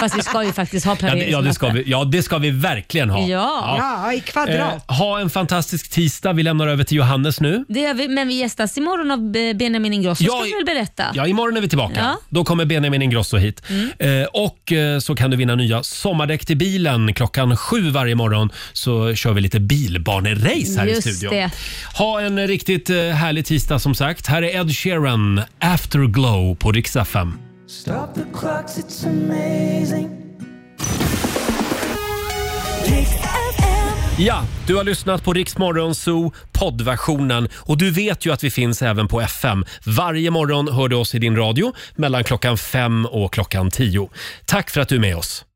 Fast vi ska ju faktiskt ha Ja, det, ja, det, ska, vi, ja, det ska vi verkligen ha. Ja. Ja, i kvadrat. Eh, ha en fantastisk tisdag. Vi lämnar över till Johannes nu. Det gör vi, men vi gästas imorgon av eh, Benjamin Ingrosso, Ja, ska vi väl berätta? Ja, imorgon är vi tillbaka. Ja. Då kommer Benjamin Ingrosso hit. Eh, och eh, så kan du vinna nya sommardäck till bilen. Klockan sju varje morgon så kör vi lite bilbanerace här Just i studion. det. Ha en riktigt eh, härlig tisdag som sagt. Här är Ed Sheeran, Afterglow på riksdag 5. Stop the clocks, it's amazing. Riks FM. Ja, du har lyssnat på Riksmorgon Zoo poddversionen och du vet ju att vi finns även på FM. Varje morgon hör du oss i din radio mellan klockan fem och klockan tio. Tack för att du är med oss.